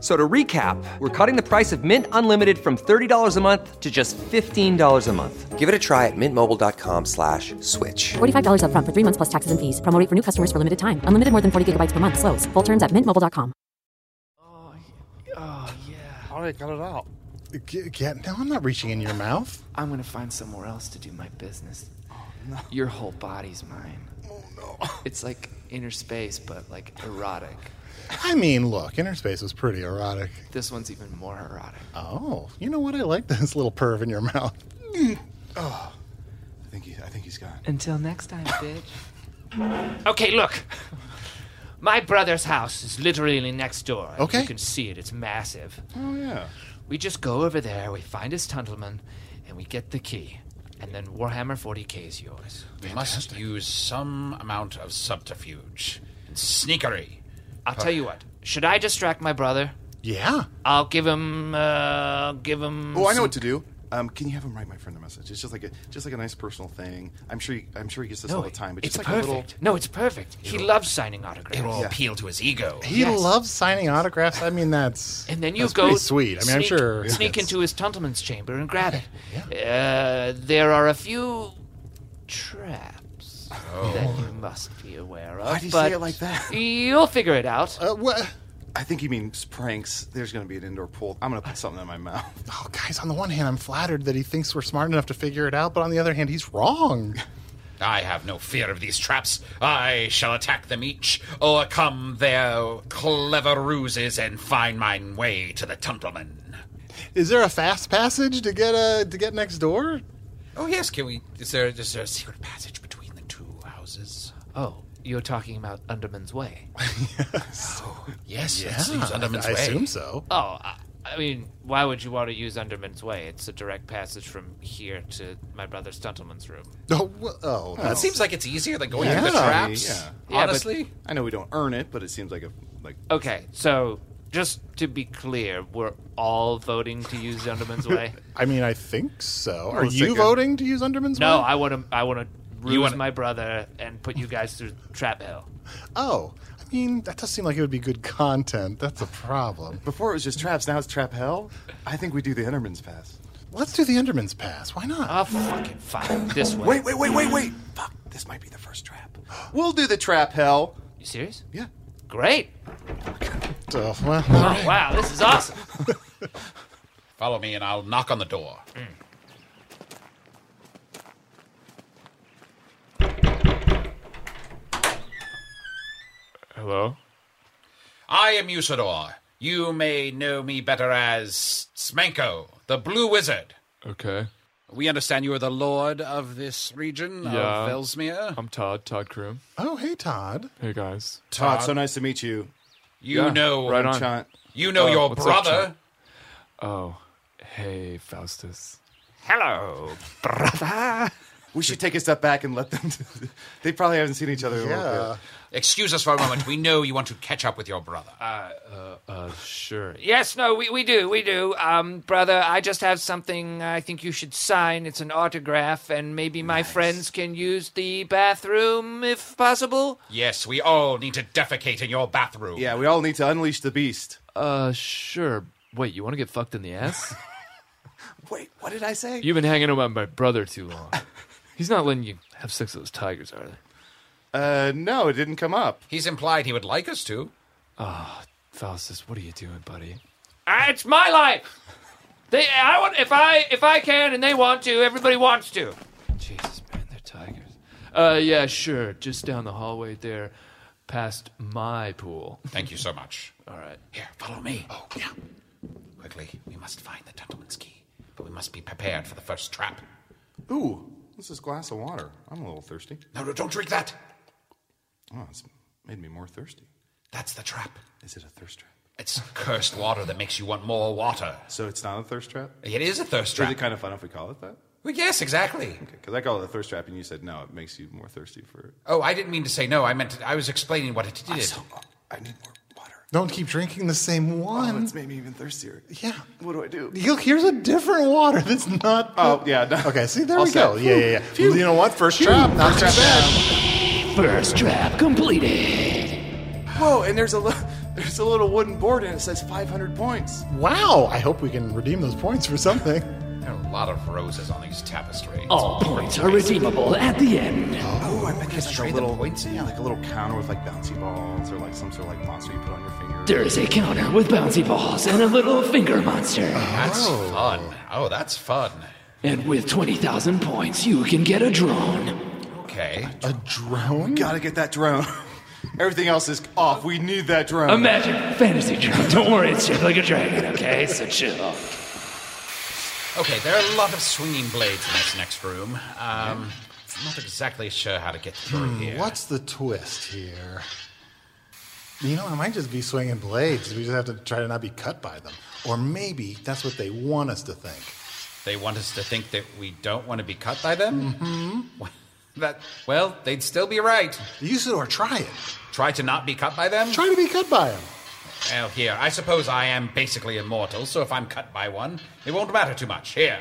[SPEAKER 8] So to recap, we're cutting the price of Mint Unlimited from $30 a month to just $15 a month. Give it a try at mintmobile.com slash switch.
[SPEAKER 9] $45 upfront for three months plus taxes and fees. Promo rate for new customers for limited time. Unlimited more than 40 gigabytes per month. Slows. Full terms at mintmobile.com.
[SPEAKER 7] Oh, yeah.
[SPEAKER 3] All right, got it out.
[SPEAKER 2] Get, get- no, I'm not reaching in your mouth.
[SPEAKER 7] I'm gonna find somewhere else to do my business. Your whole body's mine. Oh, no. It's like inner space, but like erotic.
[SPEAKER 2] I mean, look, Inner Space was pretty erotic.
[SPEAKER 7] This one's even more erotic.
[SPEAKER 2] Oh, you know what? I like [laughs] this little perv in your mouth.
[SPEAKER 3] I think he, I think he's gone.
[SPEAKER 7] Until next time, bitch.
[SPEAKER 5] Okay, look. My brother's house is literally next door.
[SPEAKER 2] Okay.
[SPEAKER 5] You can see it, it's massive.
[SPEAKER 3] Oh yeah.
[SPEAKER 5] We just go over there, we find his Tuntleman, and we get the key. And then Warhammer 40k is yours.
[SPEAKER 6] We must use some amount of subterfuge and sneakery.
[SPEAKER 5] I'll tell you what. Should I distract my brother?
[SPEAKER 2] Yeah.
[SPEAKER 5] I'll give him, uh, give him.
[SPEAKER 3] Oh, I know what to do. Um, can you have him write my friend a message? It's just like a just like a nice personal thing. I'm sure he, I'm sure he gets this all the time, but
[SPEAKER 5] it's
[SPEAKER 3] just like
[SPEAKER 5] perfect.
[SPEAKER 3] a little.
[SPEAKER 5] No, it's perfect. He loves signing autographs.
[SPEAKER 6] It will appeal to his ego.
[SPEAKER 2] He loves signing autographs. I mean, that's
[SPEAKER 5] [laughs] And then you
[SPEAKER 2] that's
[SPEAKER 5] go
[SPEAKER 2] pretty sweet. I mean, I'm
[SPEAKER 5] sneak-
[SPEAKER 2] sure he
[SPEAKER 5] sneak
[SPEAKER 2] gets-
[SPEAKER 5] into his Tuntleman's chamber and grab it. Uh, there are a few traps
[SPEAKER 2] Oh.
[SPEAKER 5] that you must be aware of.
[SPEAKER 3] Why'd you
[SPEAKER 5] but
[SPEAKER 3] say it like that?
[SPEAKER 5] You'll figure it out.
[SPEAKER 2] Uh, what?
[SPEAKER 3] I think he means pranks. There's going to be an indoor pool. I'm going to put something in my mouth.
[SPEAKER 2] Oh, guys, on the one hand, I'm flattered that he thinks we're smart enough to figure it out, but on the other hand, he's wrong.
[SPEAKER 6] I have no fear of these traps. I shall attack them each, overcome their clever ruses, and find mine way to the Tuntleman.
[SPEAKER 2] Is there a fast passage to get uh, to get next door?
[SPEAKER 6] Oh yes, can we? Is there is there a secret passage between the two houses?
[SPEAKER 5] Oh, you're talking about Underman's Way.
[SPEAKER 6] Yes, yeah. it seems Underman's
[SPEAKER 2] I
[SPEAKER 6] way.
[SPEAKER 2] assume so.
[SPEAKER 5] Oh, I, I mean, why would you want to use Underman's Way? It's a direct passage from here to my brother's Tuntleman's room.
[SPEAKER 2] Oh, well, oh, no.
[SPEAKER 6] That seems like it's easier than going through the
[SPEAKER 2] Yeah.
[SPEAKER 6] traps.
[SPEAKER 3] [laughs] Yeah.
[SPEAKER 5] Yeah, but-
[SPEAKER 6] Honestly,
[SPEAKER 3] I know we don't earn it, but it seems like a like.
[SPEAKER 5] Okay, so just to be clear, we're all voting to use Underman's
[SPEAKER 2] [laughs]
[SPEAKER 5] Way.
[SPEAKER 2] I mean, I think so. Are
[SPEAKER 3] let's
[SPEAKER 2] you
[SPEAKER 3] take a-
[SPEAKER 2] voting to use Underman's
[SPEAKER 5] No,
[SPEAKER 2] way?
[SPEAKER 5] I want to. I want to
[SPEAKER 6] You
[SPEAKER 5] lose
[SPEAKER 6] wanna-
[SPEAKER 5] my brother and put you guys through trap hell.
[SPEAKER 2] Oh, I mean, that does seem like it would be good content. That's a problem.
[SPEAKER 3] Before it was just traps. Now it's trap hell. I think we do the Enderman's pass.
[SPEAKER 2] Let's do the Enderman's Pass. Why not?
[SPEAKER 5] Oh, fucking [coughs] fine. This way.
[SPEAKER 3] Wait, wait, wait, wait, wait. Fuck. This might be the first trap. [gasps] We'll do the trap hell.
[SPEAKER 5] You serious?
[SPEAKER 3] Yeah.
[SPEAKER 5] Great.
[SPEAKER 2] Uh, well, all right.
[SPEAKER 5] Oh, wow, this is awesome.
[SPEAKER 6] follow me, and I'll knock on the door.
[SPEAKER 7] Hello?
[SPEAKER 6] I am Usador. You may know me better as Smanko, the Blue Wizard. Okay.
[SPEAKER 4] We understand you are the lord of this region
[SPEAKER 6] Yeah.
[SPEAKER 4] of Velsmere.
[SPEAKER 6] I'm Todd, Todd Kroom.
[SPEAKER 2] Oh, hey, Todd.
[SPEAKER 6] Hey, guys.
[SPEAKER 3] Todd, so nice to meet you.
[SPEAKER 4] You
[SPEAKER 6] Yeah,
[SPEAKER 4] know,
[SPEAKER 6] right on. Chant.
[SPEAKER 4] You know
[SPEAKER 6] Oh,
[SPEAKER 4] your
[SPEAKER 6] what's up,
[SPEAKER 4] brother.
[SPEAKER 6] Chant? Oh, hey, Faustus.
[SPEAKER 3] Hello, brother. We should take a step back and let them. [laughs] they probably haven't seen each other. in a little
[SPEAKER 2] Uh,
[SPEAKER 3] bit.
[SPEAKER 4] Excuse us for a moment. We know you want to catch up with your brother. Uh,
[SPEAKER 6] uh, uh sure.
[SPEAKER 10] Yes, no, we, we do, we do. Um, brother, I just have something I think you should sign. It's an autograph, and maybe my friends can use the bathroom if possible.
[SPEAKER 4] Yes, we all need to defecate in your bathroom.
[SPEAKER 3] Yeah, we all need to unleash the beast.
[SPEAKER 5] Uh, sure. Wait, you want to get fucked in the ass?
[SPEAKER 3] Wait, what did I say?
[SPEAKER 5] You've been hanging around my brother
[SPEAKER 10] [laughs]
[SPEAKER 5] too long. He's not letting you have sex with those tigers, are they?
[SPEAKER 3] Uh, no, it didn't come up.
[SPEAKER 4] He's implied he would like us to.
[SPEAKER 5] Ah, Faustus, what are you doing, buddy?
[SPEAKER 10] Ah, it's my life. They, I want if I if I can, and they want to. Everybody wants to.
[SPEAKER 5] Jesus, man, they're tigers. Uh, yeah, sure. Just down the hallway there, past my pool.
[SPEAKER 4] Thank you so much.
[SPEAKER 5] All right.
[SPEAKER 4] Here, follow me. Oh, yeah. Quickly, we must find the gentleman's key, but we must be prepared for the first trap.
[SPEAKER 3] Ooh, this is glass of water. I'm a little thirsty.
[SPEAKER 4] No, no, don't drink that.
[SPEAKER 3] Oh, it's made me more thirsty.
[SPEAKER 4] That's the trap.
[SPEAKER 3] Is it a thirst trap?
[SPEAKER 4] It's cursed water that makes you want more water.
[SPEAKER 3] So it's not a thirst trap.
[SPEAKER 4] It is a thirst trap.
[SPEAKER 3] Is it kind of fun if we call it that?
[SPEAKER 4] Well, yes, exactly.
[SPEAKER 3] Because I call it a thirst trap, and you said no, it makes you more thirsty for it.
[SPEAKER 4] Oh, I didn't mean to say no. I meant I was explaining what it did.
[SPEAKER 3] uh,
[SPEAKER 2] Don't keep drinking the same one.
[SPEAKER 3] Oh, it's made me even thirstier.
[SPEAKER 2] Yeah.
[SPEAKER 3] What do I do?
[SPEAKER 2] Look, here's a different water that's not.
[SPEAKER 3] Oh, yeah.
[SPEAKER 2] Okay, see, there
[SPEAKER 3] All
[SPEAKER 2] we go.
[SPEAKER 3] set.
[SPEAKER 2] Yeah, yeah, yeah. You know what? First trap, not too bad.
[SPEAKER 3] First trap completed. Whoa, and there's a li- [laughs] there's a little wooden board, and it says 500 points.
[SPEAKER 2] Wow, I hope we can redeem those points for something.
[SPEAKER 4] There are a lot of roses on these tapestries.
[SPEAKER 3] All Oh, points are redeemable at the end. Oh, I bet there's like a
[SPEAKER 4] trade
[SPEAKER 3] little yeah, like a little counter with like bouncy balls or like some sort of like monster you put on your finger.
[SPEAKER 11] There's a counter with bouncy balls and a little finger monster.
[SPEAKER 4] That's fun. Oh, that's fun.
[SPEAKER 11] And with 20,000 points, you can get a drone.
[SPEAKER 4] Okay.
[SPEAKER 2] [laughs] A drone?
[SPEAKER 3] gotta get that drone. [laughs] Everything else is off. We need that drone.
[SPEAKER 11] A magic fantasy drone. Don't worry, it's shaped like a dragon, okay? So chill.
[SPEAKER 4] Okay, there are a lot of swinging blades in this next room. Um, not exactly sure how to get through
[SPEAKER 2] Hmm,
[SPEAKER 4] here.
[SPEAKER 2] What's the twist here? You know, it might just be swinging blades. We just have to try to not be cut by them. Or maybe that's what they want us to think.
[SPEAKER 4] They want us to think that we don't want to be cut by them? Mm-hmm. That, well, they'd still be right.
[SPEAKER 2] Use it or try it.
[SPEAKER 4] Try to not be cut by them?
[SPEAKER 2] Try to be cut by them.
[SPEAKER 4] Well, here, I suppose I am basically immortal, so if I'm cut by one, it won't matter too much. Here.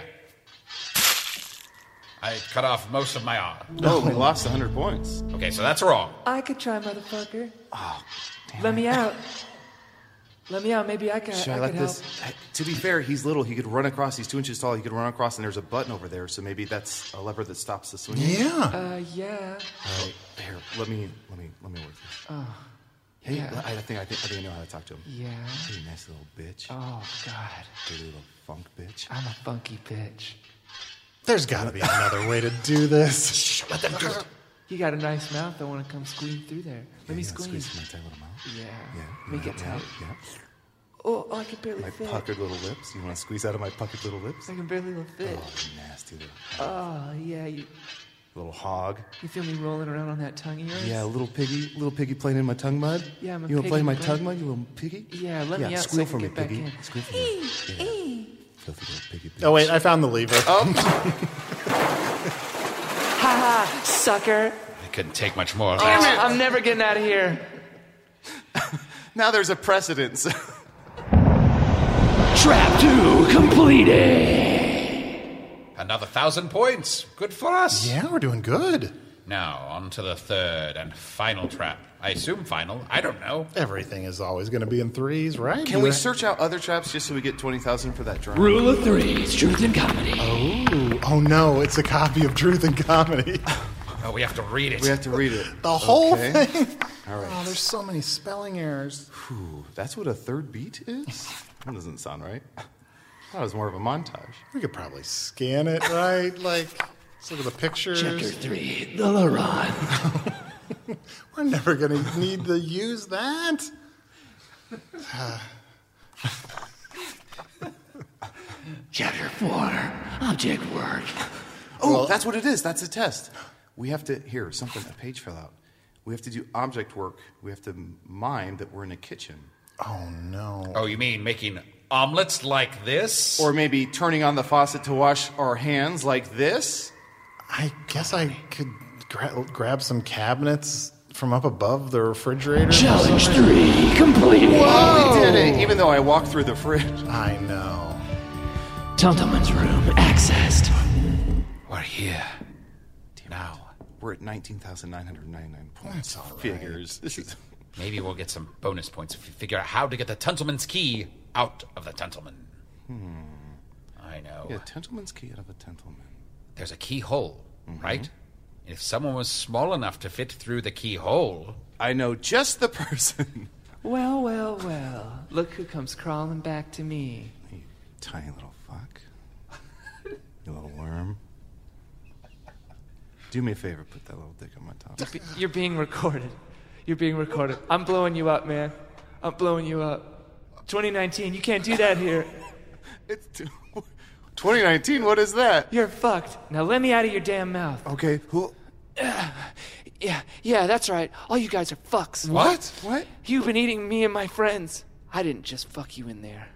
[SPEAKER 4] I cut off most of my arm.
[SPEAKER 3] Oh, we lost 100 points.
[SPEAKER 4] Okay, so that's wrong.
[SPEAKER 12] I could try, motherfucker.
[SPEAKER 5] Oh,
[SPEAKER 12] Let me out. Let me out. Maybe I can.
[SPEAKER 3] Should I,
[SPEAKER 12] I
[SPEAKER 3] let
[SPEAKER 12] could
[SPEAKER 3] this? To be fair, he's little. He could run across. He's two inches tall. He could run across, and there's a button over there. So maybe that's a lever that stops the swing.
[SPEAKER 12] help. Uh, yeah.
[SPEAKER 3] All right, here, let me, let me, let me work this.
[SPEAKER 5] Oh,
[SPEAKER 3] Hey,
[SPEAKER 5] yeah.
[SPEAKER 3] I, I think I think I think I know how to talk to him.
[SPEAKER 5] Yeah.
[SPEAKER 3] You nice little bitch.
[SPEAKER 5] Oh, God.
[SPEAKER 3] Dirty little funk bitch.
[SPEAKER 5] I'm a funky bitch.
[SPEAKER 2] There's got to be another way to do
[SPEAKER 3] [laughs]
[SPEAKER 2] this.
[SPEAKER 4] Let them do it.
[SPEAKER 5] You got a nice mouth. I want to come squeeze through there. Let
[SPEAKER 3] you wanna
[SPEAKER 5] me squeeze.
[SPEAKER 3] squeeze my tight little mouth?
[SPEAKER 5] Yeah.
[SPEAKER 3] Yeah. you
[SPEAKER 5] Make
[SPEAKER 3] wanna
[SPEAKER 5] it
[SPEAKER 3] help
[SPEAKER 5] tight.
[SPEAKER 3] me out?
[SPEAKER 12] Oh, oh, I can barely
[SPEAKER 3] Yeah. My
[SPEAKER 12] fit.
[SPEAKER 3] puckered little lips. You want to squeeze out of my puckered little lips?
[SPEAKER 12] I can barely fit.
[SPEAKER 3] Oh, you nasty little,
[SPEAKER 5] Oh, yeah. You,
[SPEAKER 3] little hog.
[SPEAKER 5] you feel me rolling around on that tongue of yours?
[SPEAKER 3] Yeah, little piggy, little piggy playing in my tongue mud.
[SPEAKER 5] Yeah, I'm a
[SPEAKER 3] You wanna play
[SPEAKER 5] piggy,
[SPEAKER 3] in my
[SPEAKER 5] bud.
[SPEAKER 3] tongue mud, you little piggy?
[SPEAKER 5] Yeah, let me out so
[SPEAKER 3] squeal
[SPEAKER 5] I
[SPEAKER 3] for
[SPEAKER 5] can
[SPEAKER 3] me,
[SPEAKER 5] get back
[SPEAKER 3] piggy.
[SPEAKER 5] in.
[SPEAKER 3] Squeal for me. Yeah. Filthy little piggy.
[SPEAKER 2] Oh, wait, I found the lever.
[SPEAKER 5] Ha ha, sucker.
[SPEAKER 4] It couldn't take much more. of
[SPEAKER 5] Oh,
[SPEAKER 4] that.
[SPEAKER 5] I'm never getting out of here.
[SPEAKER 3] Now there's a
[SPEAKER 5] [laughs]
[SPEAKER 3] precedence.
[SPEAKER 11] Trap 2 completed.
[SPEAKER 4] Another thousand points. Good for us.
[SPEAKER 2] Yeah, we're doing good.
[SPEAKER 4] Now, on to the third and final trap. I assume final. I don't know.
[SPEAKER 2] Everything is always going to be in threes, right?
[SPEAKER 3] Can we search out other traps just so we get 20,000 for that drone?
[SPEAKER 2] Rule
[SPEAKER 11] of threes, truth and comedy.
[SPEAKER 2] Oh, oh no, it's a copy of Truth and Comedy. [laughs]
[SPEAKER 4] Oh, we have to read it.
[SPEAKER 3] We have to read it.
[SPEAKER 2] The whole
[SPEAKER 3] Okay.
[SPEAKER 2] thing.
[SPEAKER 3] All right.
[SPEAKER 2] Oh, there's so many spelling errors.
[SPEAKER 3] Phew, that's what a third beat is? That doesn't sound right. [laughs] I thought it was more of a montage.
[SPEAKER 2] We could probably scan it, right? Like, let's look at the pictures.
[SPEAKER 3] Chapter
[SPEAKER 11] three, the Laron.
[SPEAKER 2] [laughs] We're never going to need to use that.
[SPEAKER 13] Chapter 4 Object Work.
[SPEAKER 3] Oh, that's what it is. That's a test. [gasps] We have to here something. A page fell out. We have to do object work. We have to mime that we're in a kitchen.
[SPEAKER 2] Oh no.
[SPEAKER 6] Oh, you mean making omelets like this?
[SPEAKER 3] Or maybe turning on the faucet to wash our hands like this.
[SPEAKER 2] I guess I could gra- grab some cabinets from up above the refrigerator.
[SPEAKER 3] Challenge three
[SPEAKER 13] completed.
[SPEAKER 3] Whoa! We did it, even though I walked through the fridge. [laughs]
[SPEAKER 2] I know.
[SPEAKER 13] Tuntelman's room accessed.
[SPEAKER 3] We're here. now. We're at 19,999 points. Figures. This is
[SPEAKER 6] Maybe we'll get some bonus points if we figure out how to get the Tuntelman's key out of the Tuntelman.
[SPEAKER 3] Hmm.
[SPEAKER 6] I know.
[SPEAKER 3] Yeah, Tentelman's key out of a Tentelman.
[SPEAKER 6] There's a keyhole,
[SPEAKER 2] Mm-hmm.
[SPEAKER 6] right? If someone was small enough to fit through the keyhole.
[SPEAKER 3] I know just the [laughs] person.
[SPEAKER 5] Well, well, well. Look who comes crawling back to me.
[SPEAKER 3] Tiny little [laughs] fuck. You little worm. Do me a favor, put that little dick on my top.
[SPEAKER 5] Be- You're being recorded. You're being recorded. I'm blowing you up, man. I'm blowing you up. 2019, you can't do that here.
[SPEAKER 3] it's [laughs] 2019. What is that?
[SPEAKER 5] You're fucked. Now let me out of your damn mouth.
[SPEAKER 3] Okay. Who?
[SPEAKER 5] Yeah, yeah, that's right. All you guys are fucks.
[SPEAKER 3] What? What?
[SPEAKER 5] You've been eating me and my friends. I didn't just fuck you in there.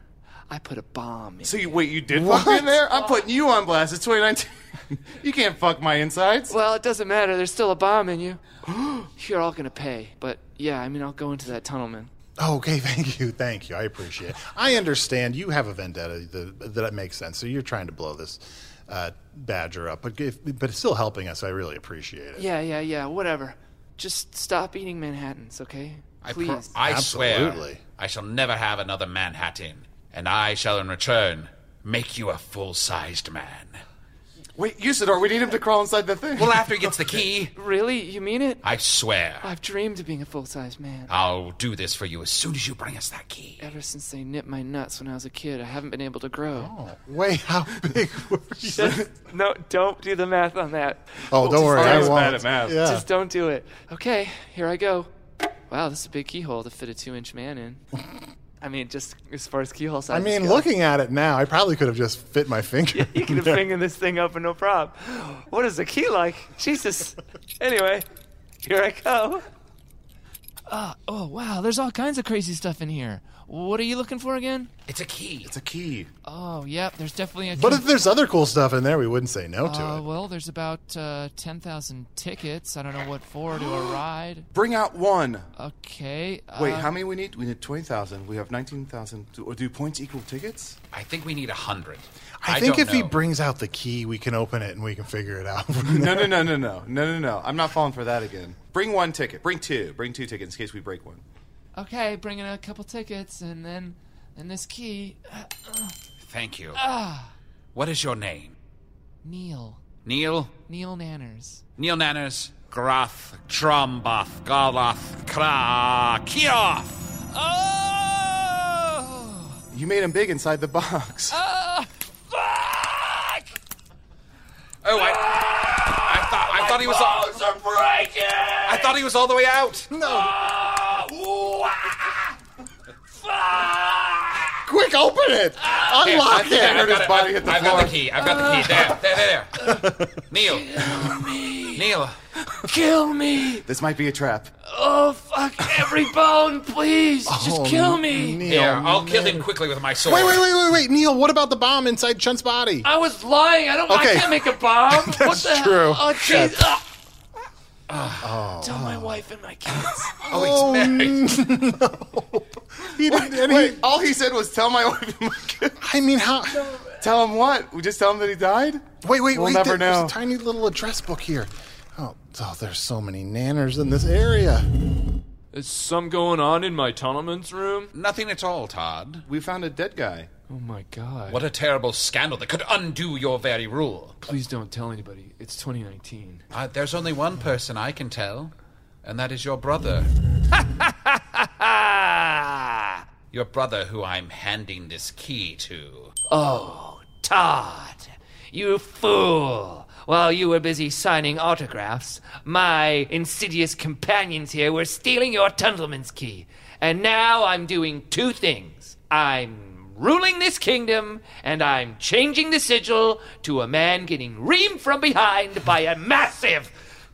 [SPEAKER 5] I put a bomb in.
[SPEAKER 3] So you wait, you did fuck me in there? I'm putting you on blast. It's 2019. [laughs] you can't fuck my insides.
[SPEAKER 5] Well, it doesn't matter. There's still a bomb in you. [gasps] You're all gonna pay. But yeah, I mean, I'll go into that tunnel, man.
[SPEAKER 2] Oh, okay, [laughs] thank you, thank you. I appreciate it. I understand you have a vendetta that, that makes sense. So you're trying to blow this uh, badger up, but if, but it's still helping us. I really appreciate it.
[SPEAKER 5] Yeah, yeah, yeah. Whatever. Just stop eating Manhattans, okay?
[SPEAKER 6] I, pro-
[SPEAKER 5] Please.
[SPEAKER 6] I swear,
[SPEAKER 2] Absolutely.
[SPEAKER 6] I shall never have another Manhattan, and I shall in return make you a full sized man.
[SPEAKER 3] Wait, Usador, we need him to crawl inside the thing.
[SPEAKER 6] Well, after he gets the key.
[SPEAKER 5] Really? You mean it?
[SPEAKER 6] I swear,
[SPEAKER 5] I've dreamed of being a full-size man.
[SPEAKER 6] I'll do this for you as soon as you bring us that key.
[SPEAKER 5] Ever since they nipped my nuts when I was a kid, I haven't been able to grow. [laughs]
[SPEAKER 2] Oh, wait, how big were you?
[SPEAKER 5] no, don't do the math on that.
[SPEAKER 2] Oh, don't worry, I
[SPEAKER 5] don't-
[SPEAKER 2] won't. Bad at math. Yeah.
[SPEAKER 5] Just don't do it. Okay, here I go. Wow, this is a big keyhole to fit a two-inch
[SPEAKER 2] [laughs]
[SPEAKER 5] man in. I mean, just as far as keyhole
[SPEAKER 2] I
[SPEAKER 5] size.
[SPEAKER 2] mean, looking at it now, I probably could have just fit my finger.
[SPEAKER 5] [laughs] you could have
[SPEAKER 2] in there.
[SPEAKER 5] fingered this thing up and no problem. What is a key like?
[SPEAKER 2] [laughs]
[SPEAKER 5] Jesus. Anyway, here I go. Uh, oh wow, there's all kinds of crazy stuff in here. What are you looking for again?
[SPEAKER 6] It's a key.
[SPEAKER 3] It's a key.
[SPEAKER 5] Oh, yep, there's definitely a
[SPEAKER 2] But
[SPEAKER 5] key.
[SPEAKER 2] if there's other cool stuff in there, we wouldn't say no to
[SPEAKER 5] Uh, well, there's about uh, 10,000 tickets. I don't know what for
[SPEAKER 4] [gasps]
[SPEAKER 5] to a ride.
[SPEAKER 3] Bring out one.
[SPEAKER 5] Okay.
[SPEAKER 3] Wait,
[SPEAKER 5] uh,
[SPEAKER 3] how many we need? We need 20,000. We have 19,000. Do- Or do points equal tickets?
[SPEAKER 6] I think we need a hundred.
[SPEAKER 2] it. I, think if he brings out the key, we can open it and we can figure it out.
[SPEAKER 3] [laughs]
[SPEAKER 2] [laughs]
[SPEAKER 3] no, no, no, no, no, no, no, no. I'm not falling for that again. Bring one ticket. Bring two. Bring two tickets in case we break one.
[SPEAKER 5] Okay, bring in a couple tickets and then and this key.
[SPEAKER 6] Thank you.
[SPEAKER 5] Ah,
[SPEAKER 6] What is your name?
[SPEAKER 5] Neil.
[SPEAKER 6] Neil?
[SPEAKER 5] Neil Nanners.
[SPEAKER 6] Neil Nanners? Groth, Tromboth, Goloth, Kra, Kioth!
[SPEAKER 3] You made him big inside the box.
[SPEAKER 6] Oh, I, I thought I thought he was all. I thought he was all the way out. Ah, No.
[SPEAKER 2] Quick, open it! Unlock
[SPEAKER 6] I've got-
[SPEAKER 2] it!
[SPEAKER 6] I've got it, I've-
[SPEAKER 2] [laughs]
[SPEAKER 6] I've got the key. I've got the key. There, there, there, there. Neil. Neil.
[SPEAKER 5] Kill me!
[SPEAKER 3] This might be a trap.
[SPEAKER 5] Oh, fuck every bone, please! Just
[SPEAKER 3] Oh,
[SPEAKER 5] kill me!
[SPEAKER 6] Here, I'll kill him quickly with my sword.
[SPEAKER 2] Wait, wait, wait, wait, wait, Neil. What about the bomb inside Chunt's body?
[SPEAKER 3] Oh,
[SPEAKER 5] I was lying. I don't.
[SPEAKER 2] Okay.
[SPEAKER 5] I can't make
[SPEAKER 4] [laughs]
[SPEAKER 5] a bomb. what
[SPEAKER 2] That's
[SPEAKER 5] the hell?
[SPEAKER 2] true.
[SPEAKER 5] Oh, jeez.
[SPEAKER 2] That's-
[SPEAKER 5] Ah.
[SPEAKER 4] Ah.
[SPEAKER 2] Oh,
[SPEAKER 5] Tell my wife and my kids.
[SPEAKER 2] Oh, He didn't, and he,
[SPEAKER 3] all he said was, "Tell my wife." And my kids.
[SPEAKER 2] I mean, how?
[SPEAKER 3] Tell him what? We just tell him that he died?
[SPEAKER 2] Wait, wait,
[SPEAKER 3] we'll
[SPEAKER 2] wait.
[SPEAKER 3] never
[SPEAKER 2] there- There's
[SPEAKER 3] know.
[SPEAKER 2] a tiny little address book here. Oh, oh, there's so many nanners in this area.
[SPEAKER 4] [laughs] Is some going on in my tunnelman's room?
[SPEAKER 6] Nothing at all, Todd.
[SPEAKER 3] We found a dead guy.
[SPEAKER 4] Oh my god.
[SPEAKER 6] What a terrible scandal that could undo your very rule.
[SPEAKER 4] Please don't tell anybody. It's 2019.
[SPEAKER 6] Uh, there's only one person I can tell, and that is your brother. [laughs] your brother, who I'm handing this key to.
[SPEAKER 14] Oh, Todd, you fool. While you were busy signing autographs, my insidious companions here were stealing your Tundelman's key. And now I'm doing two things I'm
[SPEAKER 5] ruling this kingdom, and I'm changing the sigil to a man getting reamed from behind by a massive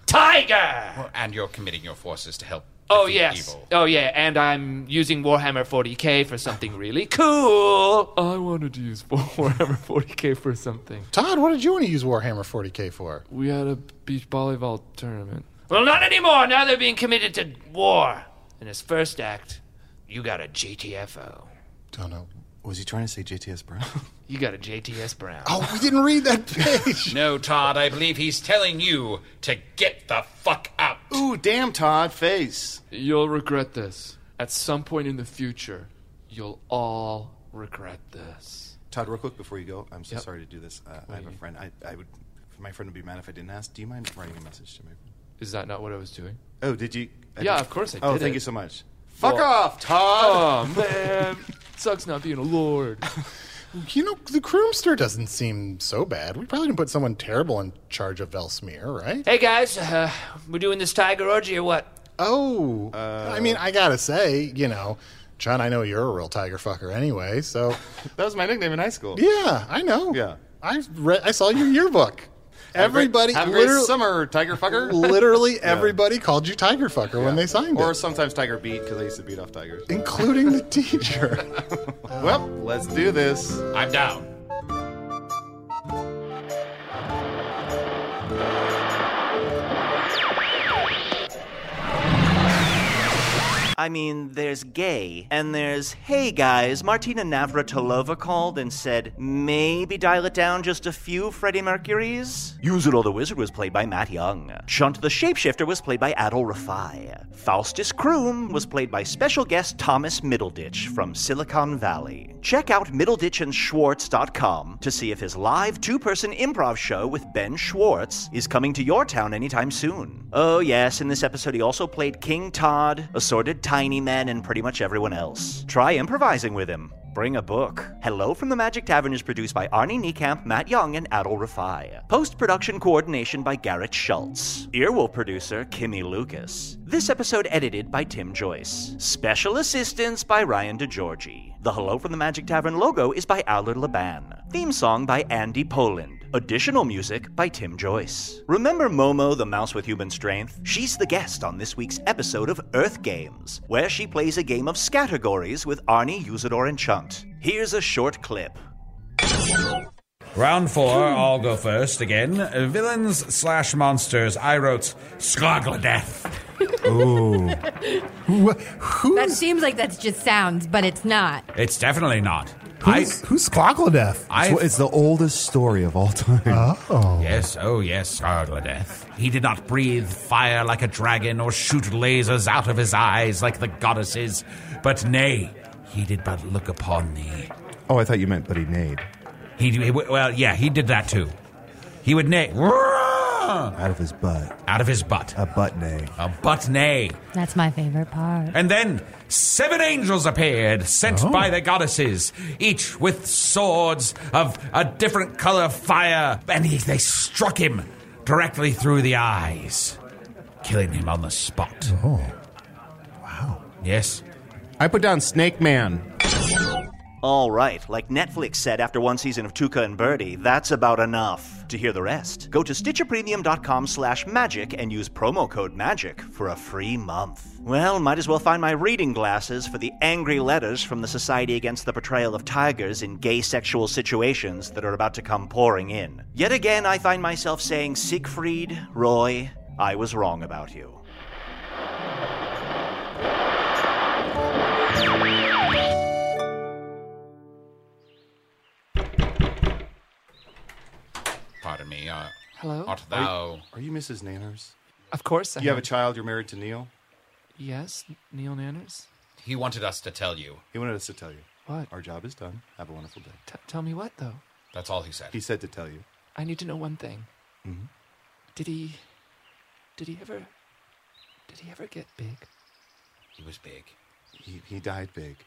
[SPEAKER 5] tiger.
[SPEAKER 4] Well, and you're committing your forces to help.
[SPEAKER 5] Oh
[SPEAKER 4] defeat
[SPEAKER 5] yes.
[SPEAKER 4] Evil.
[SPEAKER 5] Oh yeah, and I'm using Warhammer 40k for something really cool. I wanted to
[SPEAKER 15] [laughs]
[SPEAKER 5] use Warhammer 40k for something.
[SPEAKER 2] Todd, what did you want to use Warhammer 40k for?
[SPEAKER 15] We had a beach volleyball tournament.
[SPEAKER 5] Well, not anymore. Now they're being committed to war. In his first act, you got a JTFO.
[SPEAKER 2] Don't know.
[SPEAKER 3] Was he trying to say JTS Brown?
[SPEAKER 5] You got a JTS Brown.
[SPEAKER 2] Oh, we didn't read that page.
[SPEAKER 4] no, Todd, I believe he's telling you to get the fuck out.
[SPEAKER 3] [laughs] Ooh, damn, Todd, face.
[SPEAKER 15] You'll regret this. At some point in the future, you'll all regret this.
[SPEAKER 3] Todd, real quick before you go, I'm so
[SPEAKER 15] Yep.
[SPEAKER 3] sorry to do this. Uh, I have a friend. I, I would, my friend would be mad if I didn't ask. Do you mind writing a message to me?
[SPEAKER 15] Is that not what I was doing?
[SPEAKER 3] Oh, did you? I
[SPEAKER 15] yeah,
[SPEAKER 3] did-
[SPEAKER 15] of course I did.
[SPEAKER 3] Oh, thank
[SPEAKER 15] it.
[SPEAKER 3] you so much. Fuck
[SPEAKER 15] Well-
[SPEAKER 3] off, [laughs] Todd.
[SPEAKER 15] Oh man, sucks not being a lord.
[SPEAKER 2] You know, the Croomster doesn't seem so bad. We probably didn't put someone terrible in charge of Velsmere, right?
[SPEAKER 5] [laughs] Hey guys, uh, we're doing this tiger orgy or what?
[SPEAKER 2] Oh, I mean, I gotta say, you know, John, I know you're a real tiger fucker anyway, so.
[SPEAKER 3] that was my nickname in high school.
[SPEAKER 2] Yeah, I know. Yeah. I read, I saw your yearbook.
[SPEAKER 3] Have a great-
[SPEAKER 2] Everybody,
[SPEAKER 3] have a great
[SPEAKER 2] literally,
[SPEAKER 3] summer, Tiger [laughs] Fucker.
[SPEAKER 2] literally
[SPEAKER 3] Yeah.
[SPEAKER 2] everybody called you Tiger Fucker when they signed
[SPEAKER 3] Or
[SPEAKER 2] it,
[SPEAKER 3] sometimes Tiger beat because I used to beat off Tigers.
[SPEAKER 2] including the teacher.
[SPEAKER 3] well, let's do this.
[SPEAKER 4] I'm down.
[SPEAKER 1] I mean, there's gay, and there's, hey guys, Martina Navratilova called and said, maybe dial it down just a few Freddie Mercury's? Yuzuro the Wizard was played by Matt Young. Shunt the Shapeshifter was played by Adol Rafai. Faustus Kroom was played by special guest Thomas Middleditch from Silicon Valley. Check out middleditchandschwartz.com to see if his live two person improv show with Ben Schwartz is coming to your town anytime soon. Oh, yes, in this episode, he also played King Todd, assorted tiny men, and pretty much everyone else. Try improvising with him. Bring a book. Hello from the Magic Tavern is produced by Arnie Niekamp, Matt Young, and Adol Rafai. Post production coordination by Garrett Schultz. Earwolf producer Kimmy Lucas. This episode edited by Tim Joyce. Special assistance by Ryan DeGiorgi. The Hello from the Magic Tavern logo is by Allard Laban. Theme song by Andy Poland. Additional music by Tim Joyce. Remember Momo, the mouse with human strength? She's the guest on this week's episode of Earth Games, where she plays a game of Scattergories with Arnie, Usador, and Chunt. Here's a short clip.
[SPEAKER 6] Round four, I'll go first again. Uh, villains slash monsters. I wrote Skargladeth. Ooh.
[SPEAKER 16] That seems like that's just sounds, but it's not.
[SPEAKER 6] It's definitely not.
[SPEAKER 17] Who's, who's Clockladeth?
[SPEAKER 6] I-
[SPEAKER 17] It's, it's the oldest story of all time. Oh.
[SPEAKER 6] Yes, oh yes, Skargladeth. He did not breathe fire like a dragon or shoot lasers out of his eyes like the goddesses, but nay, he did but look upon thee.
[SPEAKER 17] Oh, I thought you meant, but he made.
[SPEAKER 6] He, he well, yeah, he did that too. He would neigh out
[SPEAKER 17] of his butt.
[SPEAKER 6] Out of his butt.
[SPEAKER 17] A butt neigh.
[SPEAKER 6] A butt neigh.
[SPEAKER 16] That's my favorite part.
[SPEAKER 6] And then seven angels appeared, sent by the goddesses, each with swords of a different color of fire, and he, they struck him directly through the eyes, killing him on the spot. Oh. Wow. Yes.
[SPEAKER 18] I put down Snake Man.
[SPEAKER 1] All right, like Netflix said after one season of Tuca and Birdie, that's about enough. To hear the rest, go to stitcherpremium.com slash magic and use promo code MAGIC for a free month. Well, might as well find my reading glasses for the angry letters from the Society Against the Portrayal of Tigers in Gay Sexual Situations that are about to come pouring in. Yet again, I find myself saying, Siegfried, Roy, I was wrong about you.
[SPEAKER 4] Pardon me. Uh,
[SPEAKER 15] Hello?
[SPEAKER 4] Art
[SPEAKER 3] Are you-
[SPEAKER 4] thou?
[SPEAKER 3] Are you Mrs. Nanners?
[SPEAKER 15] Of course I
[SPEAKER 3] You have a
[SPEAKER 18] Uh-huh.
[SPEAKER 15] am.
[SPEAKER 3] child. You're married to Neil.
[SPEAKER 15] Yes, Neil Nanners.
[SPEAKER 4] He wanted us to tell you.
[SPEAKER 3] He wanted us to tell you.
[SPEAKER 15] What?
[SPEAKER 3] Our job is done. Have a wonderful day.
[SPEAKER 15] Tell me what though.
[SPEAKER 4] That's all he said.
[SPEAKER 3] He said to tell you.
[SPEAKER 15] I need to know one thing.
[SPEAKER 3] Mhm.
[SPEAKER 15] Did he? Did he ever? Did he ever get big?
[SPEAKER 4] He was big.
[SPEAKER 3] He, he died big.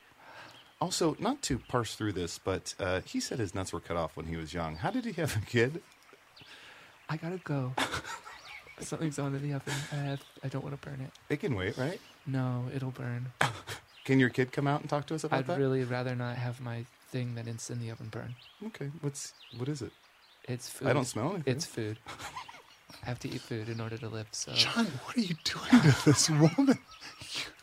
[SPEAKER 3] Also, not to parse through this, but uh, he said his nuts were cut off when he was young. How did he have a kid?
[SPEAKER 15] I gotta
[SPEAKER 3] [laughs]
[SPEAKER 15] go. Something's on in the oven. I have. I don't want to burn it.
[SPEAKER 3] It can wait, right?
[SPEAKER 15] No, it'll burn.
[SPEAKER 3] Can your kid come out and talk to us about
[SPEAKER 15] I'd
[SPEAKER 3] that?
[SPEAKER 15] really rather not have my
[SPEAKER 5] thing that it's in the oven burn.
[SPEAKER 3] Okay, what's what is it?
[SPEAKER 5] It's food.
[SPEAKER 3] I don't smell anything. [laughs]
[SPEAKER 5] It's food. I have to eat food in order to live. So
[SPEAKER 2] John, what are you doing to this woman?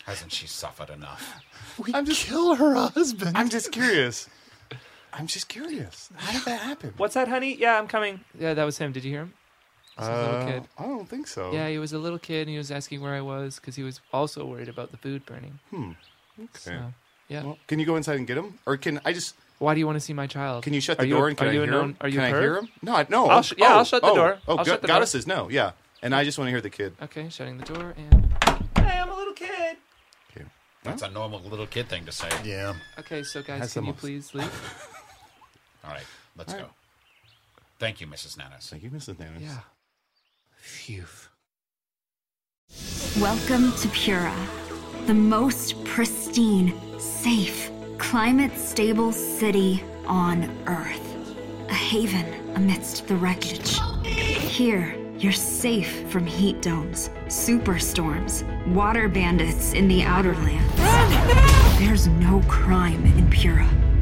[SPEAKER 6] Hasn't she suffered enough?
[SPEAKER 2] We I'm just, kill her husband.
[SPEAKER 3] I'm just curious. I'm just curious. How did that happen?
[SPEAKER 5] What's that, honey? Yeah, I'm coming. Yeah, that was him. Did you hear him? Some
[SPEAKER 3] Uh,
[SPEAKER 5] little kid.
[SPEAKER 3] I don't think so.
[SPEAKER 5] Yeah, he was a little kid and he was asking where I was because he was also worried about the food burning.
[SPEAKER 3] Hmm. Okay.
[SPEAKER 5] So, yeah.
[SPEAKER 3] Well, can you go inside and get him, or can I just?
[SPEAKER 5] Why do you want to see my child?
[SPEAKER 3] Can you shut
[SPEAKER 5] Are
[SPEAKER 3] the
[SPEAKER 5] you-
[SPEAKER 3] door and can
[SPEAKER 5] are
[SPEAKER 3] I
[SPEAKER 5] you
[SPEAKER 3] hear
[SPEAKER 5] a known-
[SPEAKER 3] him?
[SPEAKER 5] are you
[SPEAKER 3] can
[SPEAKER 5] a
[SPEAKER 3] I hear
[SPEAKER 5] perv?
[SPEAKER 3] him? No, I, no.
[SPEAKER 5] I'll sh- yeah,
[SPEAKER 3] oh,
[SPEAKER 5] I'll shut the
[SPEAKER 3] oh,
[SPEAKER 5] door.
[SPEAKER 3] Oh,
[SPEAKER 5] I'll
[SPEAKER 3] go-
[SPEAKER 5] shut the door.
[SPEAKER 3] goddesses, no, yeah. And I just want to hear the kid.
[SPEAKER 5] Okay, shutting the door and. Hey, I'm a little kid.
[SPEAKER 6] That's a normal little kid thing to say.
[SPEAKER 2] Yeah.
[SPEAKER 5] Okay, so guys,
[SPEAKER 6] Has the
[SPEAKER 5] can you
[SPEAKER 6] most.
[SPEAKER 5] please leave?
[SPEAKER 6] All right, let's
[SPEAKER 5] All right.
[SPEAKER 6] go. Thank you, Mrs. Nanas. Thank
[SPEAKER 3] you, Mrs. Nanas.
[SPEAKER 5] Yeah.
[SPEAKER 6] Phew.
[SPEAKER 19] Welcome to Pura, the most pristine, safe, climate stable city on Earth. A haven amidst the wreckage. Here, you're safe from heat domes, superstorms, water bandits in the outer lands. There's no crime in Pura,